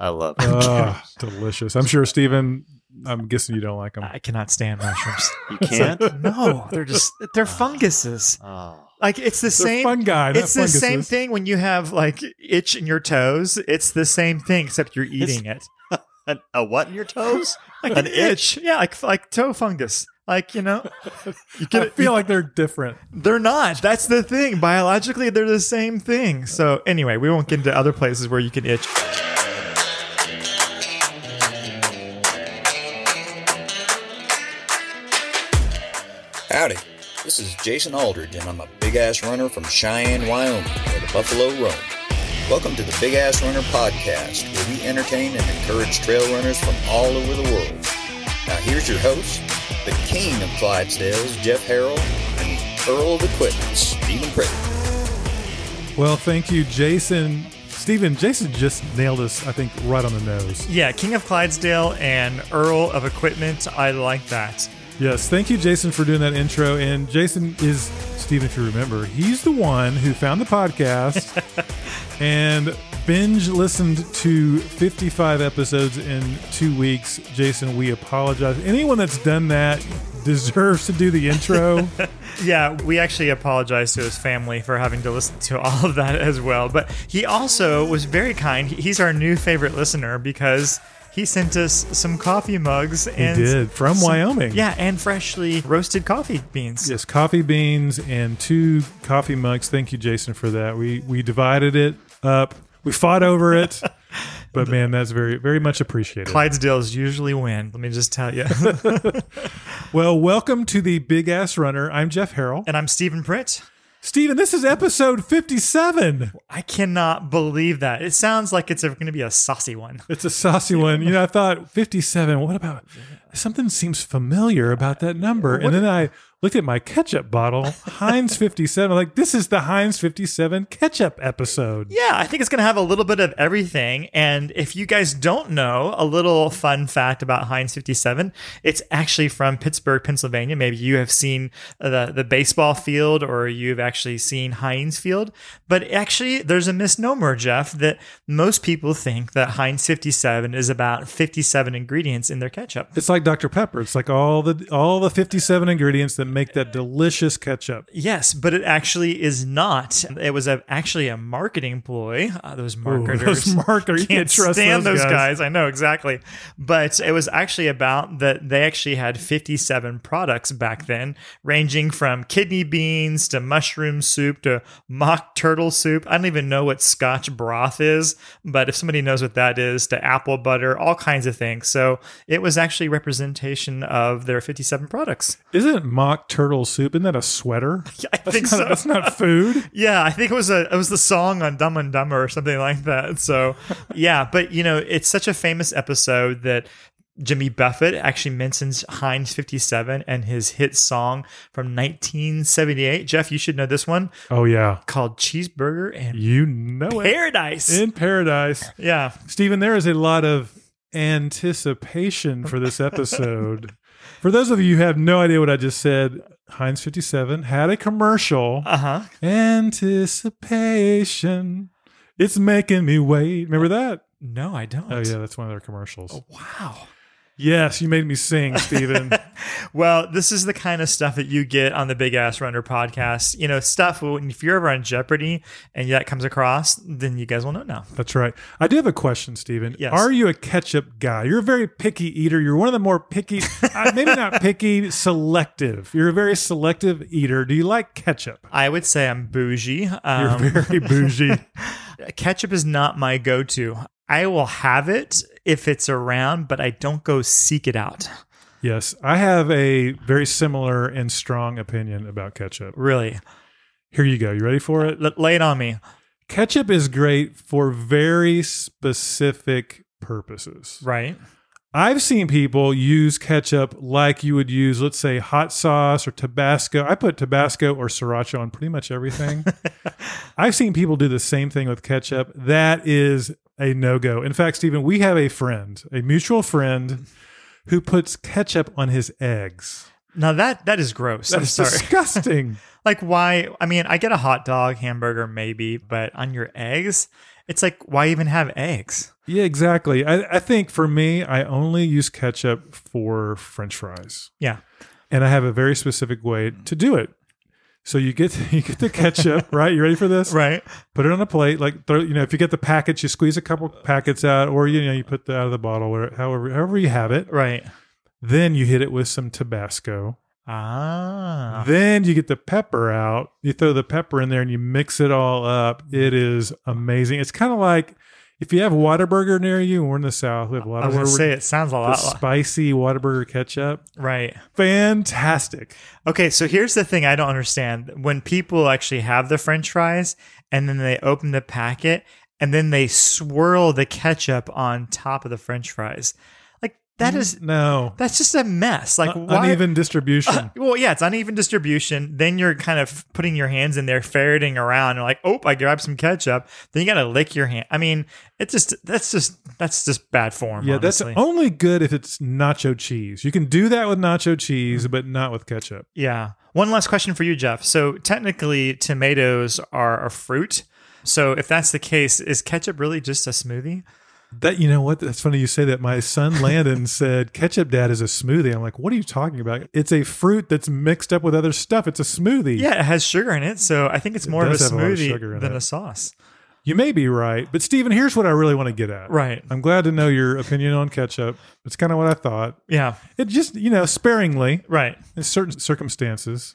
I love it. Ah, delicious. I'm sure, Steven, I'm guessing you don't like them. I cannot stand mushrooms. You can't. no, they're just they're funguses. Oh, Like it's the Ah. They're same. fun guy. not It's the same funguses. thing when you have like itch in your toes. It's the same thing except you're eating it. an, a what in your toes? Like an Yeah, like like toe fungus. Like you know, you I get feel like they're different. They're not. That's the thing. Biologically, they're the same thing. So anyway, we won't get into other places where you can itch. Howdy, this is Jason Aldridge, and I'm a big ass runner from Cheyenne, Wyoming, where the buffalo roam. Welcome to the Big Ass Runner podcast, where we entertain and encourage trail runners from all over the world. Now, here's your host, the king of Clydesdales, Jeff Harrell, and the Earl of Equipment, Stephen Pritt. Well, thank you, Jason. Steven, Jason just nailed us, I think, right on the nose. Yeah, King of Clydesdale and Earl of Equipment. I like that. Yes, thank you, Jason, for doing that intro. And Jason is, Steven, if you remember, he's the one who found the podcast and binge listened to 55 episodes in two weeks. Jason, we apologize. Anyone that's done that deserves to do the intro. Yeah, we actually apologize to his family for having to listen to all of that as well. But he also was very kind. He- He's our new favorite listener because he sent us some coffee mugs and did, from Wyoming. Yeah, and freshly roasted coffee beans. Yes, coffee beans and two coffee mugs. Thank you, Jason, for that. We we divided it up. We fought over it, but man, that's very very much appreciated. Clydesdales usually win. Let me just tell you. Well, welcome to the Big Ass Runner. I'm Jeff Harrell. and I'm Stephen Pritt. Steven, this is episode 57. I cannot believe that. It sounds like it's going to be a saucy one. It's a saucy one. You know, I thought 57. What about something seems familiar about that number? And then I looked at my ketchup bottle, Heinz 57. Like this is the Heinz 57 ketchup episode. Yeah, I think it's going to have a little bit of everything. And if you guys don't know, a little fun fact about Heinz 57, it's actually from Pittsburgh, Pennsylvania. Maybe you have seen the, the baseball field or you've actually seen Heinz Field. But actually, there's a misnomer, Jeff, that most people think that Heinz 57 is about 57 ingredients in their ketchup. It's like Dr. Pepper. It's like all the all the 57 ingredients that make that delicious ketchup. Yes, but it actually is not. It was a, actually a marketing ploy. Uh, those marketers, marketers, you can't trust stand those those, guys. guys. I know exactly. But it was actually about that they actually had 57 products back then, ranging from kidney beans to mushroom soup to mock turtle soup. I don't even know what Scotch broth is, but if somebody knows what that is, to apple butter, all kinds of things. So it was actually representation of their 57 products. Isn't mock turtle soup? Isn't that a sweater? I think That's so. not- That's not food. Yeah, I think it was a it was the song on Dumb and Dumber or something like that. So yeah, but you know, it's such a famous episode that Jimmy Buffett actually mentions Heinz 57 and his hit song from 1978. Jeff, you should know this one Oh yeah, called Cheeseburger and you know it. Paradise. In paradise, yeah. Stephen, there is a lot of anticipation for this episode. for those of you who have no idea what I just said, Heinz 57 had a commercial. Uh-huh. Anticipation. It's making me wait. Remember that? No, I don't. Oh yeah, that's one of their commercials. Wow. Yes, you made me sing, Steven. Well, this is the kind of stuff that you get on the Big Ass Runner podcast. You know, stuff when if you're ever on Jeopardy and that comes across, then you guys will know now. That's right. I do have a question, Steven. Yes. Are you a ketchup guy? You're a very picky eater. You're one of the more picky, uh, maybe not picky, selective. You're a very selective eater. Do you like ketchup? I would say I'm bougie. You're Um, very bougie. ketchup is not my go to. I will have it if it's around, but I don't go seek it out. yes. I have a very similar and strong opinion about ketchup. Really. Here you go. You ready for it? L- lay it on me. Ketchup is great for very specific purposes. Right. I've seen people use ketchup like you would use, let's say, hot sauce or Tabasco. I put Tabasco or sriracha on pretty much everything. I've seen people do the same thing with ketchup. That is a no go. In fact, Stephen, we have a friend, a mutual friend, who puts ketchup on his eggs. Now that that is gross. I'm That's sorry. disgusting. like why I mean, I get a hot dog, hamburger maybe, but on your eggs, it's like why even have eggs? Yeah, exactly. I, I think for me, I only use ketchup for French fries. Yeah. and I have a very specific way to do it. So you get you get the ketchup, right? You ready for this? Right. Put it on a plate, like throw. You know, if you get the packets, you squeeze a couple packets out, or you know, you put the out of the bottle, or however however you have it. Right. Then you hit it with some Tabasco. Ah. Then you get the pepper out. You throw the pepper in there, and you mix it all up. It is amazing. It's kind of like if you have Whataburger near you. We're in the South. We have a lot I was of gonna say it sounds a lot like, spicy Whataburger ketchup. right. Fantastic. Okay, so here's the thing I don't understand. When people actually have the french fries and then they open the packet and then they swirl the ketchup on top of the french fries. Like that is No. that's just a mess. Like Mm. Un- why Uh, uneven distribution. Well, yeah, it's uneven distribution. Then you're kind of putting your hands in there, ferreting around, and like, oh, I grabbed some ketchup. Then you gotta lick your hand. I mean, it's just that's just that's just bad form. yeah, honestly. that's only good if it's nacho cheese. You can do that with nacho cheese, but not with ketchup. yeah. One last question for you, Jeff. So technically, tomatoes are a fruit. So if that's the case, is ketchup really just a smoothie? That you know what? That's funny you say that. My son Landon said ketchup dad is a smoothie. I'm like, what are you talking about? It's a fruit that's mixed up with other stuff. It's a smoothie. Yeah, it has sugar in it, so I think it's more of a does have a lot of smoothie sugar in than it. a sauce. You may be right, but Steven, here's what I really want to get at. Right. I'm glad to know your opinion on ketchup. It's kind of what I thought. Yeah. It just, you know, sparingly Right. in certain circumstances.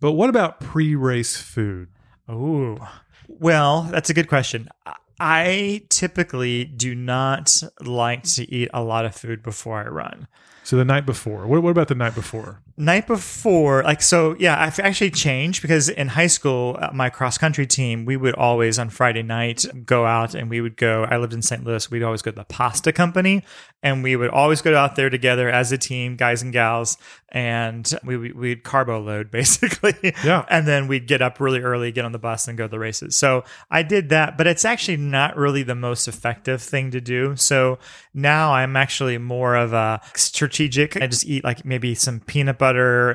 But what about pre-race food? Ooh. Well, that's a good question. I- I typically do not like to eat a lot of food before I run. So the night before. What, what about the night before? Night before, like, so yeah, I've actually changed because in high school, uh, my cross country team, we would always on Friday night go out and we would go. I lived in St. Louis. We'd always go to the pasta company and we would always go out there together as a team, guys and gals. And we, we- we'd carbo load basically. Yeah. and then we'd get up really early, get on the bus, and go to the races. So I did that, but it's actually not really the most effective thing to do. So now I'm actually more of a strategic. I just eat like maybe some peanut butter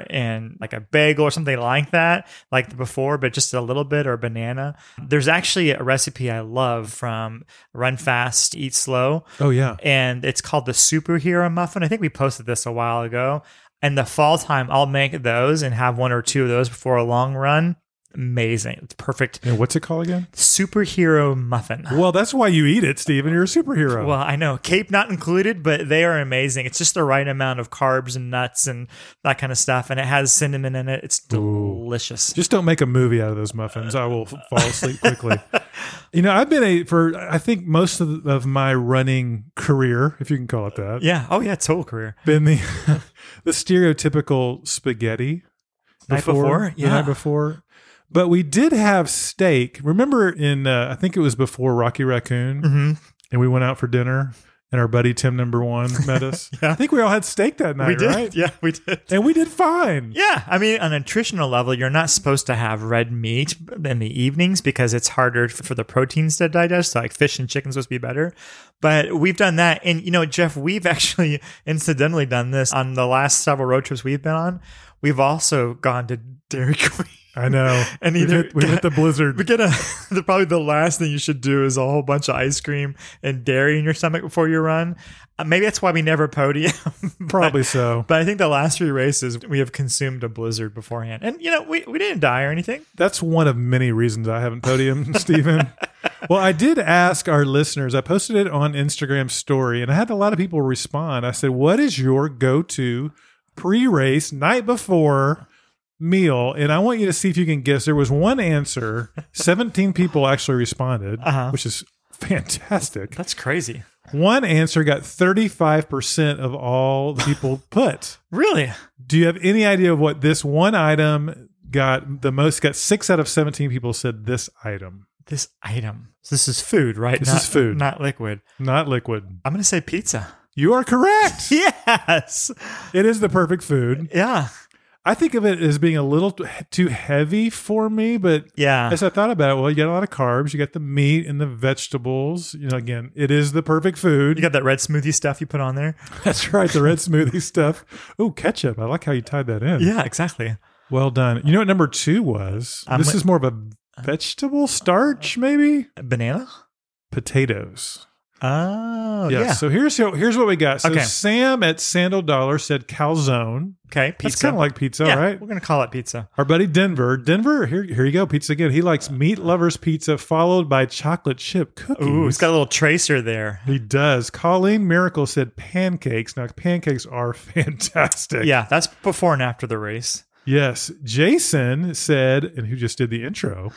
and like a bagel or something like that, like before, but just a little bit or a banana. There's actually a recipe I love from Run Fast, Eat Slow Oh yeah. and it's called the superhero muffin. I think we posted this a while ago. And the fall time, I'll make those and have one or two of those before a long run. Amazing. It's perfect. And what's it called again? Superhero muffin. Well, that's why you eat it, Steven. You're a superhero. Well, I know cape not included, but they are amazing. It's just the right amount of carbs and nuts and that kind of stuff, and it has cinnamon in it. It's delicious. Just don't make a movie out of those muffins. I will f- fall asleep quickly. you know, I've been a for I think most of, of my running career, if you can call it that, yeah. Oh yeah. Total career. been the the stereotypical spaghetti Night before? the Yeah. night before. But we did have steak. Remember in uh, I think it was before Rocky Raccoon, Mhm. and we went out for dinner, and our buddy Tim Number One met us. Yeah. I think we all had steak that night, we did. right? Yeah, we did. And we did fine. Yeah, I mean, on a nutritional level, you're not supposed to have red meat in the evenings because it's harder f- for the proteins to digest. So, like fish and chicken's supposed to be better, but we've done that, and you know, Jeff, we've actually incidentally done this on the last several road trips we've been on. We've also gone to Dairy Queen. I know. And we either- hit, we hit the blizzard. We get a the, probably the last thing you should do is a whole bunch of ice cream and dairy in your stomach before you run. Uh, maybe that's why we never podium. but- Probably so. but I think the last three races, we have consumed a blizzard beforehand. And, you know, we, we didn't die or anything. That's one of many reasons I haven't podium, Stephen. Well, I did ask our listeners. I posted it on Instagram story, and I had a lot of people respond. I said, "What is your go-to pre-race night before meal?" And I want you to see if you can guess. There was one answer. Seventeen people actually responded, Uh-huh. which is fantastic. That's crazy. One answer got thirty-five percent of all the people put. Really? Do you have any idea of what this one item got the most? Got six out of 17 people said this item, This item. This is food, right? This Not- is food. Not liquid. not liquid. I'm going to say pizza. You are correct. Yes. it is the perfect food. Yeah. I think of it as being a little t- too heavy for me, but Yeah. as I thought about it, well, you got a lot of carbs, you got the meat and the vegetables. You know, again, it is the perfect food. you got that red smoothie stuff you put on there? That's right, the red smoothie stuff. Oh, ketchup. I like how you tied that in. Yeah, exactly. Well done. You know what number two was? I'm Uh. this wi- is more of a vegetable starch, maybe? Banana? Potatoes. Oh, yes. yeah. So here's how, here's what we got. So Okay. Sam at Sandal Dollar said calzone. okay, pizza. That's kind of like pizza, yeah, right? We're gonna call it pizza. Our buddy Denver. Denver, here, here you go. Pizza again. He likes meat lovers pizza followed by chocolate chip cookies. Ooh, it's got a little tracer there. he does. Colleen Miracle said pancakes. Now pancakes are fantastic. Yeah, that's before and after the race. Yes. Jason said, and who just did the intro,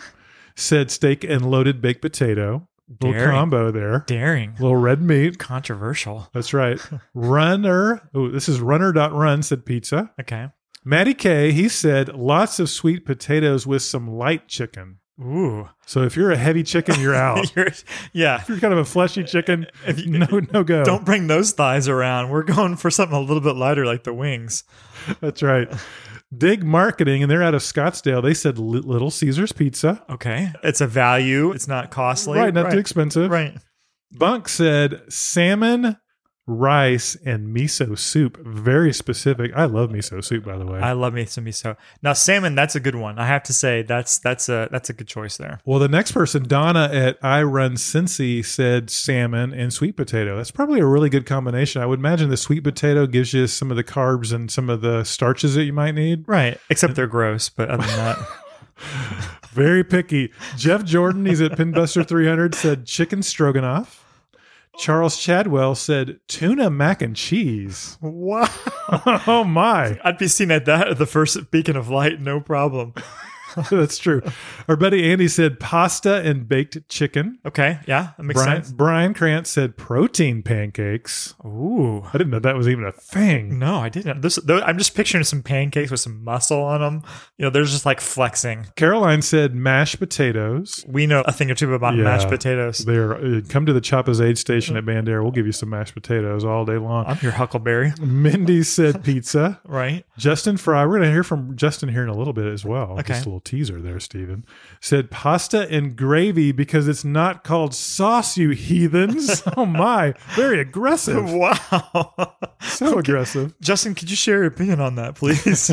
said steak and loaded baked potato. Little Dairy. combo there. Daring, Little red meat. controversial. That's right. Runner. Oh, this is runner.run said pizza. Okay. Matty K, he said lots of sweet potatoes with some light chicken. Ooh. So if you're a heavy chicken, you're out. if You're- yeah. you're kind of a fleshy chicken, no no go. Don't bring those thighs around. We're going for something a little bit lighter, like the wings. That's right. Dig Marketing, and they're out of Scottsdale. They said Li- Little Caesars Pizza. Okay. It's a value. It's not costly. right, not too right. expensive. Right. Bunk said salmon, rice, and miso soup. Very specific. I love miso soup, by the way. I love me some miso. Now salmon, that's a good one. I have to say that's that's a that's a good choice there. well, the next person, Donna at I Run Cincy, said salmon and sweet potato. That's probably a really good combination. I would imagine the sweet potato gives you some of the carbs and some of the starches that you might need. Right. Except they're gross, but other than that, Very picky. Jeff Jordan, he's at Pinbuster 300, said chicken stroganoff. Charles Chadwell said tuna mac and cheese. wow. oh my. I'd be seen at that at the first beacon of light, no problem. That's true. Our buddy Andy said pasta and baked chicken. Okay. Yeah, that makes Brian, sense. Brian Krantz said protein pancakes. Ooh. I didn't know that was even a thing. No, I didn't. This, though, I'm just picturing some pancakes with some muscle on them. You know, they're just like flexing. Caroline said mashed potatoes. We know a thing or two about Yeah. mashed potatoes. There, uh, come to the Choppa's aid station at Bandera. We'll give you some mashed potatoes all day long. I'm your huckleberry, Mindy said pizza. right? Justin Fry, we're going to hear from Justin here in a little bit as well. Okay. Just a little teaser there, Stephen. Said pasta and gravy because it's not called sauce, you heathens. oh my, very aggressive. Wow. So aggressive. Justin, could you share your opinion on that, please?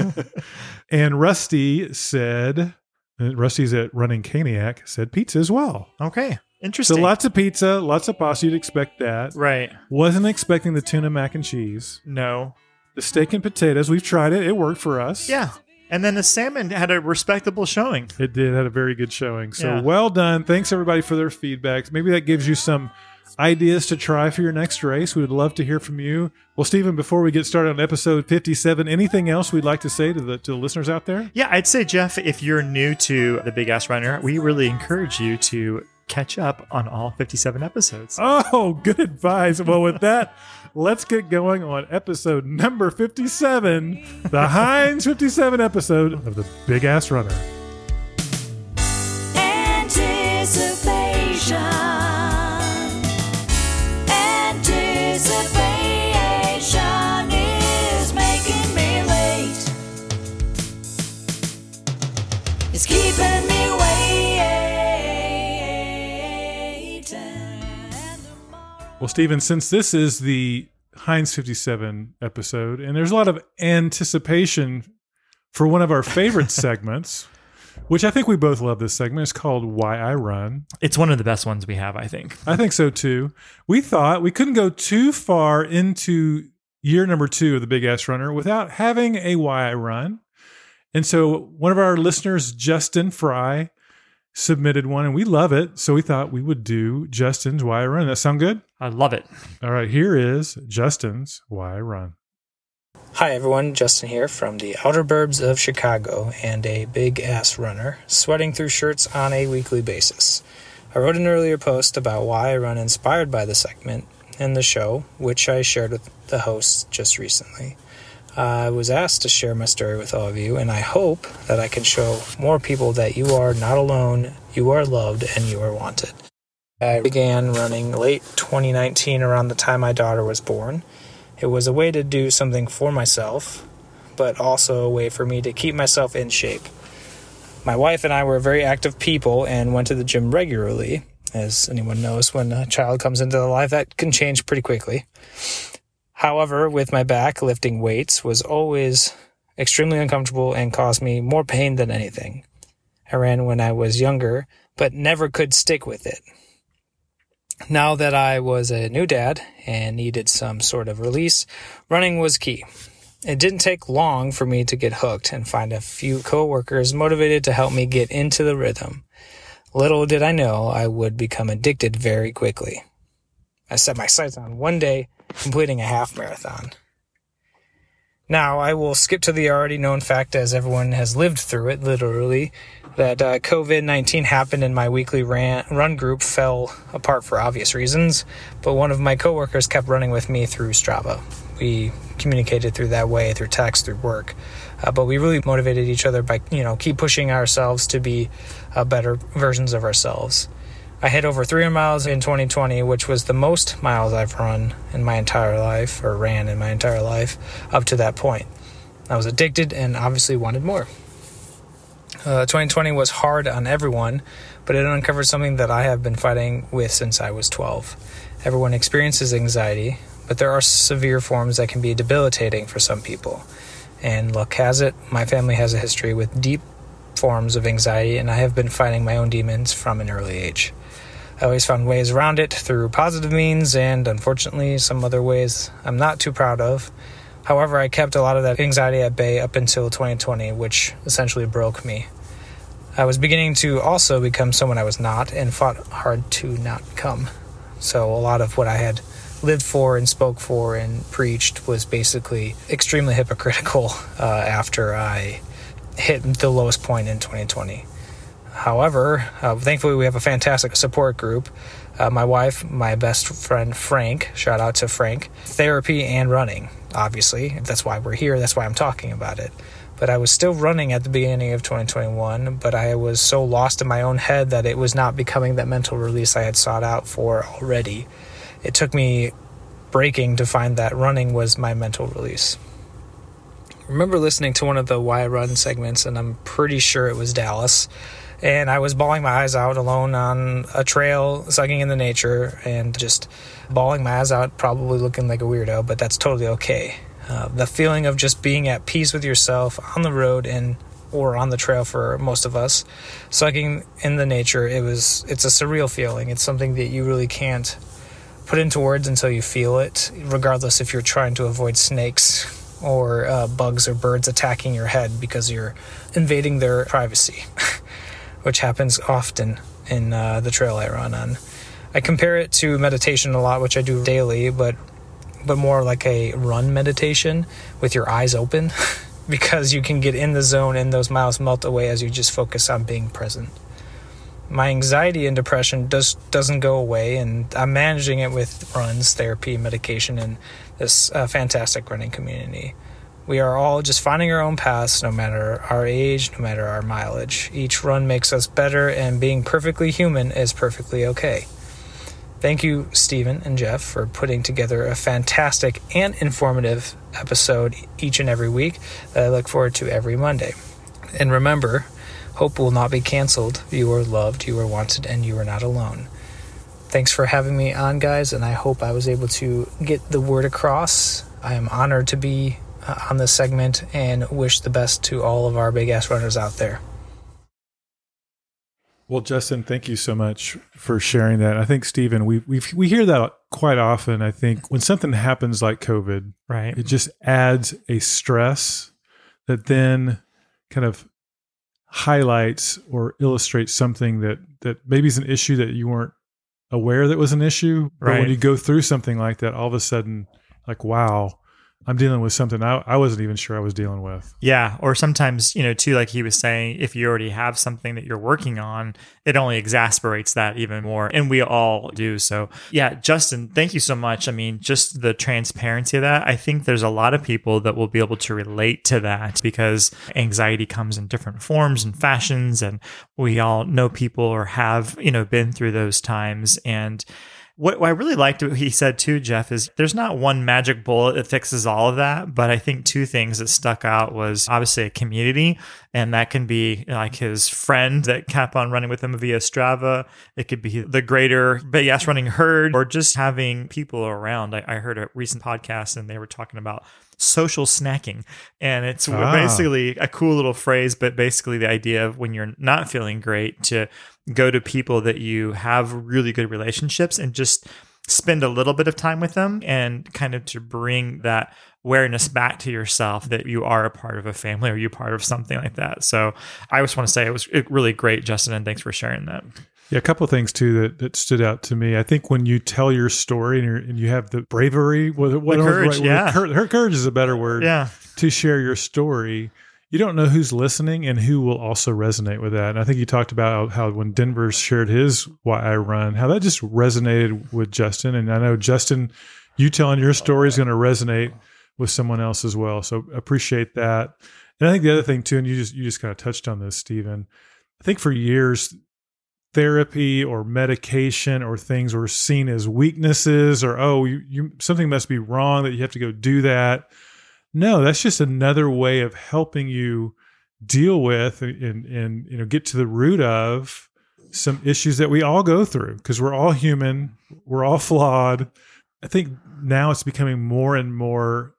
And Rusty said, and Rusty's at Running Caniac, said pizza as well. okay. So Interesting. lots of pizza, lots of pasta. You'd expect that. right. Wasn't expecting the tuna mac and cheese. No. The steak and potatoes, we've tried it. It worked for us. Yeah. And then the salmon had a respectable showing. It did. Had a very good showing. So Yeah. well done. Thanks everybody for their feedbacks. Maybe that gives you some ideas to try for your next race. We would love to hear from you. Well, Stephen, before we get started on episode 57, anything else we'd like to say to the to the listeners out there? Yeah, I'd say, Jeff, if you're new to The Big Ass Runner, we really encourage you to catch up on all 57 episodes. Oh, good advice. Well, with that, let's get going on episode number 57, the Heinz 57 episode of the Big Ass Runner. Anticipation. Anticipation is making me late. It's keeping me waiting. Well, Steven, since this is the Heinz 57 episode, and there's a lot of anticipation for one of our favorite segments, which I think we both love this segment. It's called Why I Run. It's one of the best ones we have, I think. I think so too. We thought we couldn't go too far into year number two of the Big Ass Runner without having a Why I Run. And so one of our listeners, Justin Fry, submitted one, and we love it. So we thought we would do Justin's Why I Run. That sound good? I love it. All right, here is Justin's Why I Run. Hi everyone, Justin here from the outer burbs of Chicago and a big ass runner, sweating through shirts on a weekly basis. I wrote an earlier post about why I run inspired by the segment and the show, which I shared with the hosts just recently. I was asked to share my story with all of you, and I hope that I can show more people that you are not alone, you are loved, and you are wanted. I began running late 2019 around the time my daughter was born. It was a way to do something for myself, but also a way for me to keep myself in shape. My wife and I were very active people and went to the gym regularly. As anyone knows, when a child comes into their life, that can change pretty quickly. However, with my back, lifting weights was always extremely uncomfortable and caused me more pain than anything. I ran when I was younger, but never could stick with it. Now that I was a new dad and needed some sort of release, running was key. It didn't take long for me to get hooked and find a few coworkers motivated to help me get into the rhythm. Little did I know I would become addicted very quickly. I set my sights on one day completing a half marathon. Now, I will skip to the already known fact, as everyone has lived through it literally, that uh, COVID 19 happened and my weekly ran- run group fell apart for obvious reasons. But one of my coworkers kept running with me through Strava. We communicated through that way, through text, through work. Uh, but we really motivated each other by, you know, keep pushing ourselves to be uh, better versions of ourselves. I hit over 300 miles in 2020, which was the most miles I've run in my entire life, or ran in my entire life up to that point. I was addicted and obviously wanted more. Uh, 2020 was hard on everyone, but it uncovered something that I have been fighting with since I was 12. Everyone experiences anxiety, but there are severe forms that can be debilitating for some people. And luck has it, my family has a history with deep forms of anxiety, and I have been fighting my own demons from an early age. I always found ways around it through positive means and, unfortunately, some other ways I'm not too proud of. However, I kept a lot of that anxiety at bay up until 2020, which essentially broke me. I was beginning to also become someone I was not and fought hard to not become. So, a lot of what I had lived for and spoke for and preached was basically extremely hypocritical uh, after I hit the lowest point in 2020. However, uh, thankfully, we have a fantastic support group. Uh, my wife, my best friend Frank, shout out to Frank, therapy and running, obviously. That's why we're here, that's why I'm talking about it. But I was still running at the beginning of 2021, but I was so lost in my own head that it was not becoming that mental release I had sought out for already. It took me breaking to find that running was my mental release remember listening to one of the Why Run segments, and I'm pretty sure it was Dallas. And I was bawling my eyes out alone on a trail, sucking in the nature, and just bawling my eyes out, probably looking like a weirdo, but that's totally okay. Uh, the feeling of just being at peace with yourself on the road and or on the trail for most of us, sucking in the nature, it was it's a surreal feeling. It's something that you really can't put into words until you feel it, regardless if you're trying to avoid snakes or uh, bugs or birds attacking your head because you're invading their privacy, which happens often in uh, the trail I run on. I compare it to meditation a lot, which I do daily, but but more like a run meditation with your eyes open because you can get in the zone and those miles melt away as you just focus on being present my anxiety and depression does doesn't go away, and I'm managing it with runs, therapy, medication, and this uh, fantastic running community. We are all just finding our own paths, no matter our age, no matter our mileage. Each run makes us better, and being perfectly human is perfectly okay. Thank you, Stephen and Jeff, for putting together a fantastic and informative episode each and every week that I look forward to every Monday. And remember, Hope will not be canceled. You are loved, you are wanted, and you are not alone. Thanks for having me on, guys, and I hope I was able to get the word across. I am honored to be uh, on this segment and wish the best to all of our big ass runners out there. Well, Justin, thank you so much for sharing that. I think Stephen, we we we hear that quite often. I think when something happens like COVID, Right. it just adds a stress that then kind of highlights or illustrates something that that maybe is an issue that you weren't aware that was an issue. But Right. when you go through something like that, all of a sudden, like wow, I'm dealing with something I, I wasn't even sure I was dealing with. Yeah, or sometimes, you know, too, like he was saying, if you already have something that you're working on, it only exasperates that even more. And we all do. So, yeah, Justin, thank you so much. I mean, just the transparency of that, I think there's a lot of people that will be able to relate to that because anxiety comes in different forms and fashions. And we all know people or have, you know, been through those times. And, what I really liked what he said too, Jeff, is there's not one magic bullet that fixes all of that, but I think two things that stuck out was obviously a community, and that can be like his friend that kept on running with him via Strava. It could be the greater big ass running herd, or just having people around. I, I heard a recent podcast and they were talking about social snacking, and it's Ah. basically a cool little phrase, but basically the idea of when you're not feeling great to go to people that you have really good relationships and just spend a little bit of time with them and kind of to bring that awareness back to yourself that you are a part of a family or you're part of something like that. So I just want to say it was really great, Justin, and thanks for sharing that. Yeah, a couple of things too that, that stood out to me. I think when you tell your story and, you're, and you have the bravery, what, what The was courage, right word? yeah. Cour- her courage is a better word. Yeah. to share your story. You don't know who's listening and who will also resonate with that. And I think you talked about how when Denver shared his "Why I Run," how that just resonated with Justin. And I know Justin, you telling your story is going to resonate with someone else as well. So appreciate that. And I think the other thing too, and you just you just kind of touched on this, Stephen. I think for years therapy or medication or things were seen as weaknesses or oh you, you something must be wrong that you have to go do that no that's just another way of helping you deal with and and you know get to the root of some issues that we all go through because we're all human we're all flawed i think now it's becoming more and more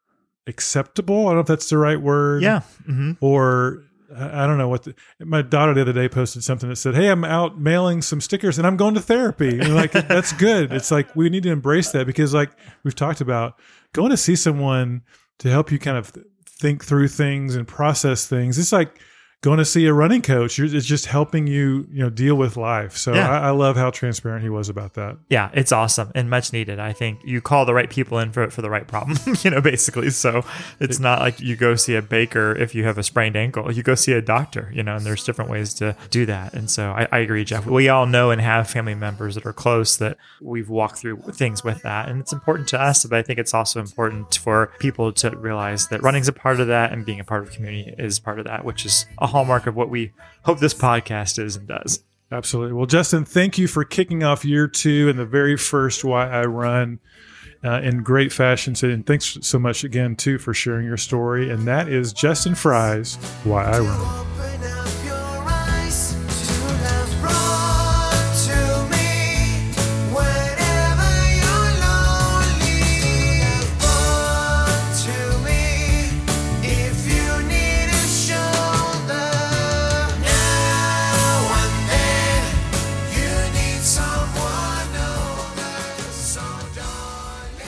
acceptable i don't know if that's the right word Yeah. hmm or I I don't know what the, my daughter the other day posted something that said, "Hey, I'm out mailing some stickers and I'm going to therapy." And like that's good. It's like we need to embrace that because like we've talked about going to see someone to help you kind of th- think through things and process things. It's like going to see a running coach. You're, it's just helping you, you know, deal with life. So Yeah. I, I love how transparent he was about that. Yeah, it's awesome and much needed. I think you call the right people in for, for the right problem, you know, basically. So it's not like you go see a baker if you have a sprained ankle. You go see a doctor, you know, and there's different ways to do that. And so I, I agree, Jeff. We all know and have family members that are close that we've walked through things with that. And it's important to us, but I think it's also important for people to realize that running's a part of that and being a part of community is part of that, which is a hallmark of what we hope this podcast is and does. Absolutely. Well, Justin, thank you for kicking off year two and the very first Why I Run uh, in great fashion. So, and thanks so much again, too, for sharing your story. And that is Justin Fry's Why I Run. Open up your eyes to love brought to me whenever you're lonely. Brought to me if you need a shoulder now and then. You need someone older, so darling.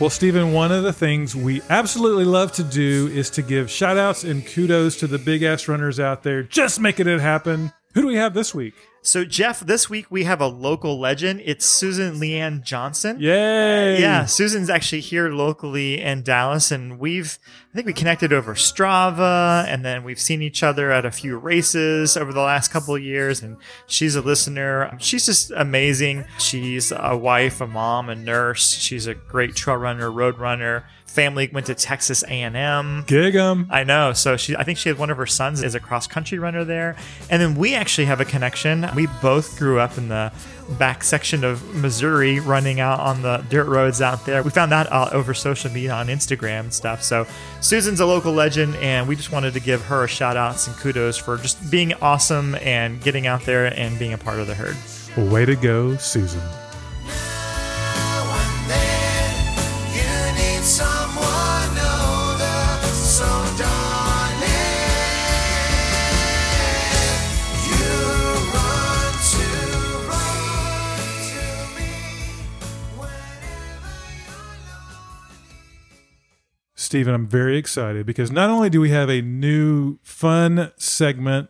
Well, Stephen, one of the things we absolutely love to do is to give shout outs and kudos to the big ass runners out there just making it happen. Who do we have this week? So, Jeff, this week we have a local legend. It's Susan Leanne Johnson. Yay. Yeah, Susan's actually here locally in Dallas, and we've, I think we connected over Strava, and then we've seen each other at a few races over the last couple of years. And she's a listener. She's just amazing. She's a wife, a mom, a nurse. She's a great trail runner, road runner. Family went to Texas A&M. Gig 'em. I know. So she, I think she had one of her sons is a cross country runner there, and then we actually have a connection. We both grew up in the back section of Missouri, running out on the dirt roads out there. We found that uh, over social media on Instagram and stuff. So Susan's a local legend, and we just wanted to give her a shout outs and kudos for just being awesome and getting out there and being a part of the herd. Way to go, Susan. Now and then you need someone older, so darling, you want to run to me whenever you're Stephen, I'm very excited because not only do we have a new fun segment,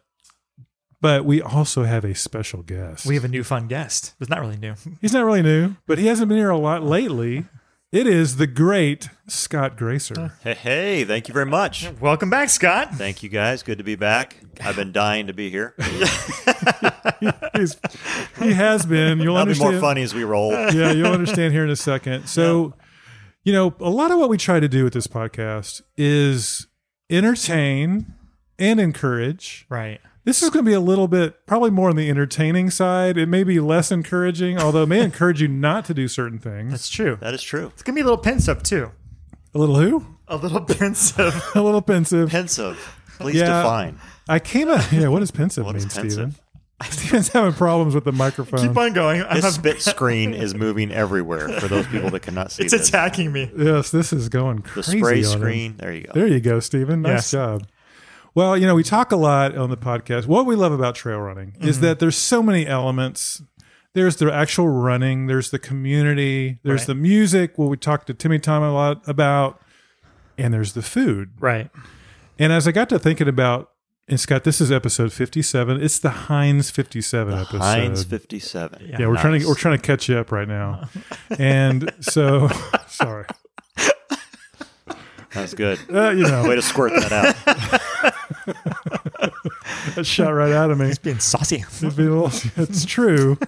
but we also have a special guest. We have a new fun guest. It's not really new. He's not really new, but he hasn't been here a lot lately. It is the great Scott Gracer. Hey, hey, thank you very much. Welcome back, Scott. Thank you guys. Good to be back. I've been dying to be here. He's, he has been. You'll That'll be understand. more funny as we roll. yeah, you'll understand here in a second. So, you know, a lot of what we try to do with this podcast is entertain and encourage. Right. This is going to be a little bit, probably more on the entertaining side. It may be less encouraging, although it may encourage you not to do certain things. That's true. That is true. It's gonna be a little pensive too. A little who? A little pensive. A little pensive. Pensive. Please Yeah. define. I came up. Yeah, what does pensive What mean, is Steven? pensive? Steven's having problems with the microphone. Keep on going. I'm This not- spit screen is moving everywhere for those people that cannot see it's this. attacking me. yes, this is going the crazy. spray on him. screen. There you go. There you go, Steven. Nice Yes. job. Well, you know, we talk a lot on the podcast. What we love about trail running is Mm-hmm. that there's so many elements. There's the actual running, there's the community, there's Right. the music, what we talked to Timmy Tom a lot about, and there's the food. Right. And as I got to thinking about, and Scott, this is episode 57. It's the Heinz 57 episode. Heinz 57. yeah, we're trying to we're trying to catch you up right now. and so sorry. That's good. Uh, you know, Way to squirt that out. that shot right out of me. Being saucy. It'd be a little- it's true.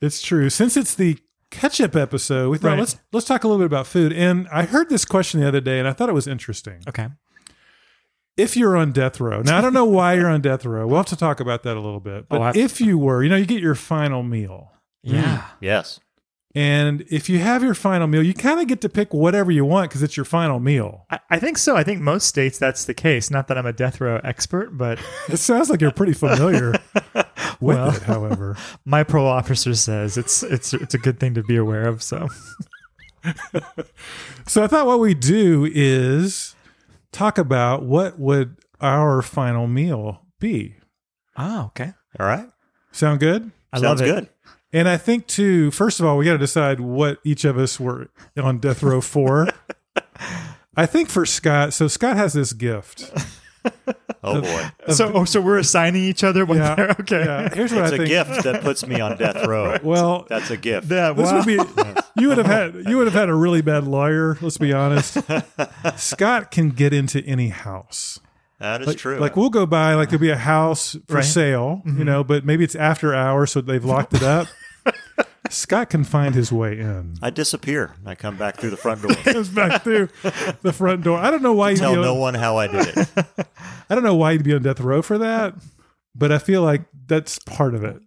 It's true. Since it's the ketchup episode, we thought Right. let's let's talk a little bit about food. And I heard this question the other day, and I thought it was interesting. Okay. If you're on death row, now I don't know why you're on death row. We'll have to talk about that a little bit. But Oh, I- if you were, you know, you get your final meal, Yeah. Yes. and if you have your final meal, you kind of get to pick whatever you want because it's your final meal. I, I think so. I think most states that's the case. Not that I'm a death row expert, but It sounds like you're pretty familiar with it, however. my parole officer says it's it's it's a good thing to be aware of. So So I thought what we do is talk about what would our final meal be. Oh, okay. All right. Sound good? I Sounds love it. good. And I think too, first of all, we got to decide what each of us were on death row for. I think for Scott, so Scott has this gift. Oh boy. So oh, so we're assigning each other what Yeah. they're okay. Yeah, Uh, here's what It's I a think. gift that puts me on death row. Well, That's a gift. Yeah, this wow. would be you would have had you would have had a really bad lawyer. Let's be honest. Scott can get into any house. That is like, true. Like we'll go by, like there'll be a house for Right. sale, you know, but maybe it's after hours, so they've locked it up. Scott can find his way in. I disappear. I come back through the front door. Goes back through the front door. I don't know why you'd be Tell on, no one how I did it. I don't know why you'd be on death row for that, but I feel like that's part of it.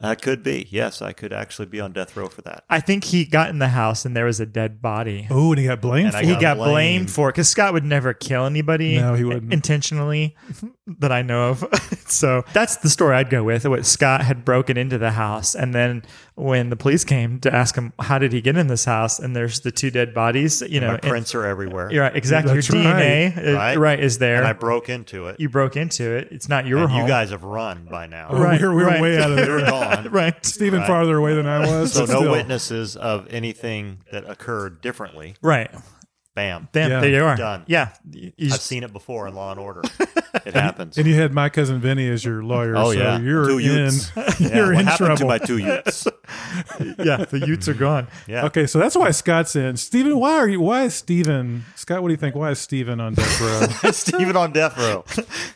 That could be. Yes, I could actually be on death row for that. I think he got in the house and there was a dead body. Oh, and he got blamed. And I for he it. got blamed, blamed. for it because Scott would never kill anybody. No, he wouldn't. intentionally that I know of. so that's the story I'd go with. What Scott had broken into the house, and then when the police came to ask him how did he get in this house, and there's the two dead bodies. You know, My and- prints are everywhere. you're right, exactly. That's Your DNA, right. uh, right. Right. is there. And I broke into it. you broke into it. It's not your and home. you guys have run by now. Right, we Oh, were, we were right. way out of You're there. gone. right, It's even Right. farther away than I was. So but no still. witnesses of anything that occurred differently. right. Bam. Damn, Yeah. there you are. Done. Yeah, You- you I've just- seen it before in Law and Order. It happens. Oh, And you had my cousin Vinny as your lawyer, so you're two in. Utes. Yeah, you're what in happened to trouble. my two Utes? yeah. The Utes are gone. Yeah. Okay, so that's why Scott's in. Steven, why are you? Why is Steven? Scott, what do you think? Why is Steven on death row? Steven on death row.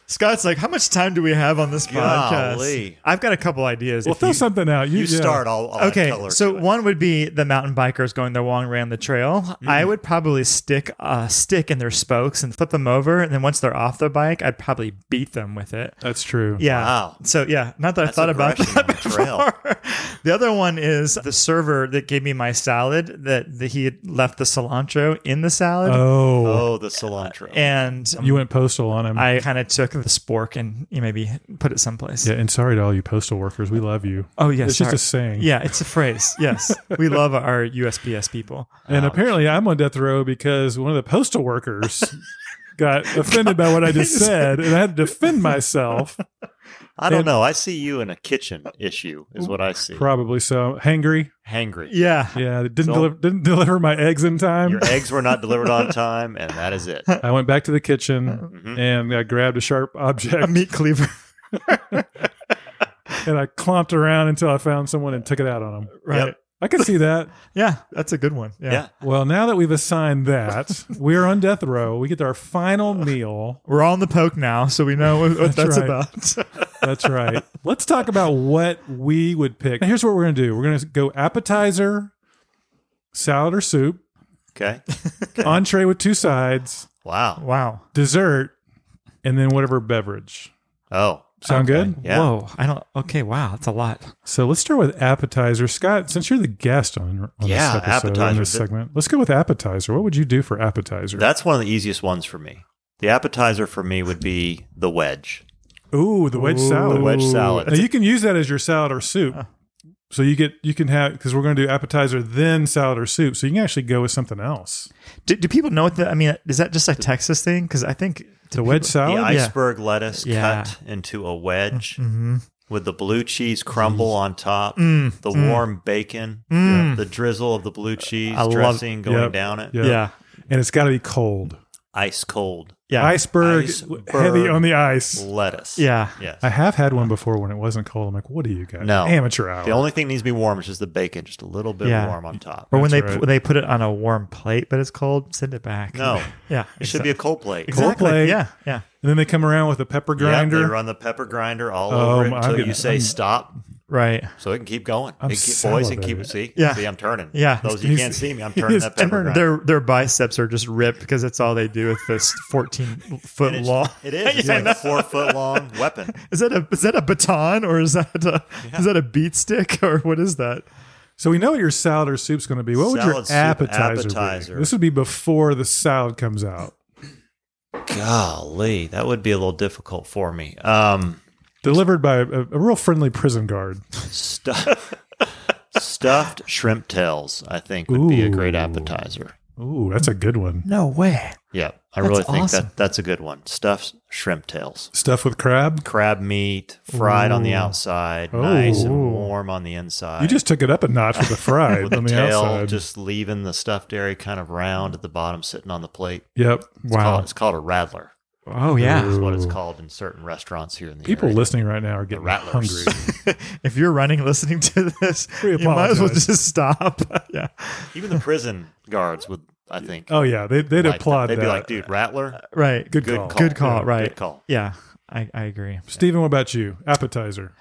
Scott's like, how much time do we have on this podcast? Golly. I've got a couple ideas. well, if throw you- something out. You, You yeah. start all, all okay, color. so to it. one would be the mountain bikers going the long way on the trail. I Mm. would probably stick a stick in their spokes and flip them over, and then once they're off their bike, I'd probably beat them with it. That's true. Yeah. Wow. So yeah, not that That's I thought about aggression that on the trail. before. The other one is the server that gave me my salad that, that he had left the cilantro in the salad, Oh, Oh, the cilantro. and you went postal on him. Oh. I kind of took the spork and you know, maybe put it someplace. yeah, and sorry to all you postal workers. We love you. Oh yes, it's just a saying. Yeah, it's a phrase. Yes, we love our USPS people. And apparently, I'm on death row because one of the postal workers got offended by what I just said, and I had to defend myself. I don't and- know. I see you in a kitchen issue, is what I see. Probably so. Hangry. Hangry. Yeah, Yeah, didn't So- deliver, didn't deliver my eggs in time. Your eggs were not delivered on time, and that is it. Mm-hmm. I went back to the kitchen and I grabbed a sharp object. a meat cleaver. and I clomped around until I found someone and took it out on them. Right. Yep. I can see that. Yeah, that's a good one. Yeah. Yeah. Well, now that we've assigned that, we're on death row. We get our final meal. We're on the poke now, so we know what, what That's that's, about. That's right. Let's talk about what we would pick. Here's what we're going to do we're going to go appetizer, salad or soup, Okay. entree with two sides, Wow. wow. dessert, and then whatever beverage. Oh. Sound Okay. good? Yeah. Whoa. I don't. Okay. Wow. That's a lot. So let's start with appetizer. Scott, since you're the guest on, on Yeah, this episode, on appetizer. this segment, let's go with appetizer. What would you do for appetizer? That's one of the easiest ones for me. The appetizer for me would be the wedge. Ooh, the wedge Ooh, salad. the wedge salad. Now you can use that as your salad or soup. So you get you can have because we're going to do appetizer then salad or soup. So you can actually go with something else. Do, do people know what the? I mean, is that just a Texas thing? Because I think The wedge The salad. iceberg lettuce Oh, Yeah. Mm-hmm. cut into a wedge with the blue cheese crumble on top, the warm bacon, the drizzle of the blue cheese Mm. I love- dressing going Yep. down it, Yep. yeah, and it's got to be cold. ice cold yeah, Iceberg, Iceberg. heavy on the ice. lettuce. yeah. Yes. I have had one before when it wasn't cold. I'm like, what do you got? No. amateur hour. the only thing that needs to be warm is just the bacon, just a little bit Yeah. warm on top. Or when they That's right. when they put it on a warm plate, but it's cold, send it back. No. yeah, It should be a cold plate. Cold exactly. plate. Yeah, yeah. and then they come around with a pepper Yeah, grinder. they run the pepper grinder all Oh, over it Um, my- until I'm- you say I'm- stop, Right. so it can keep going. I'm it keep, boys, it salivating. keep see. Yeah. see, I'm turning. Yeah. those you He's- can't see me. I'm turning he's that pepper grinder. their their biceps are just ripped because that's all they do with this 14 foot It's- long. It is. It's Yeah, like no. a four foot long weapon. Is that a is that a baton or is that a is that a beat stick or what is that? so we know what your salad or soup's going to be. What would your Salad, soup, appetizer, appetizer. be? This would be before the salad comes out. Golly, that would be a little difficult for me. Um, Delivered by a, a real friendly prison guard. stu- stuffed shrimp tails, I think, would be a great Ooh. appetizer. Ooh, that's a good one. No way. Yeah, I That's really think awesome. that that's a good one. Stuffed shrimp tails, Stuff with crab. crab meat, fried on the Ooh. outside, nice and Ooh. warm on the inside. You just took it up a notch with the fried with the, on the tail, outside. just leaving the stuffed dairy kind of round at the bottom, sitting on the plate. yep. Wow. Called- it's called a rattler. Oh yeah. Is what it's Ooh. called in certain restaurants here in the People area. listening right now are getting rattlers. hungry. If you're running listening to this, We you might as well apologize. just stop. yeah. Even the prison guards would, I think, Oh yeah, they, they'd like that. applaud They'd that. be like, "Dude, Rattler, Right. Good good call. call, Good call, Yeah, right. Good call." Yeah. I, I agree. Steven, what about you? Appetizer.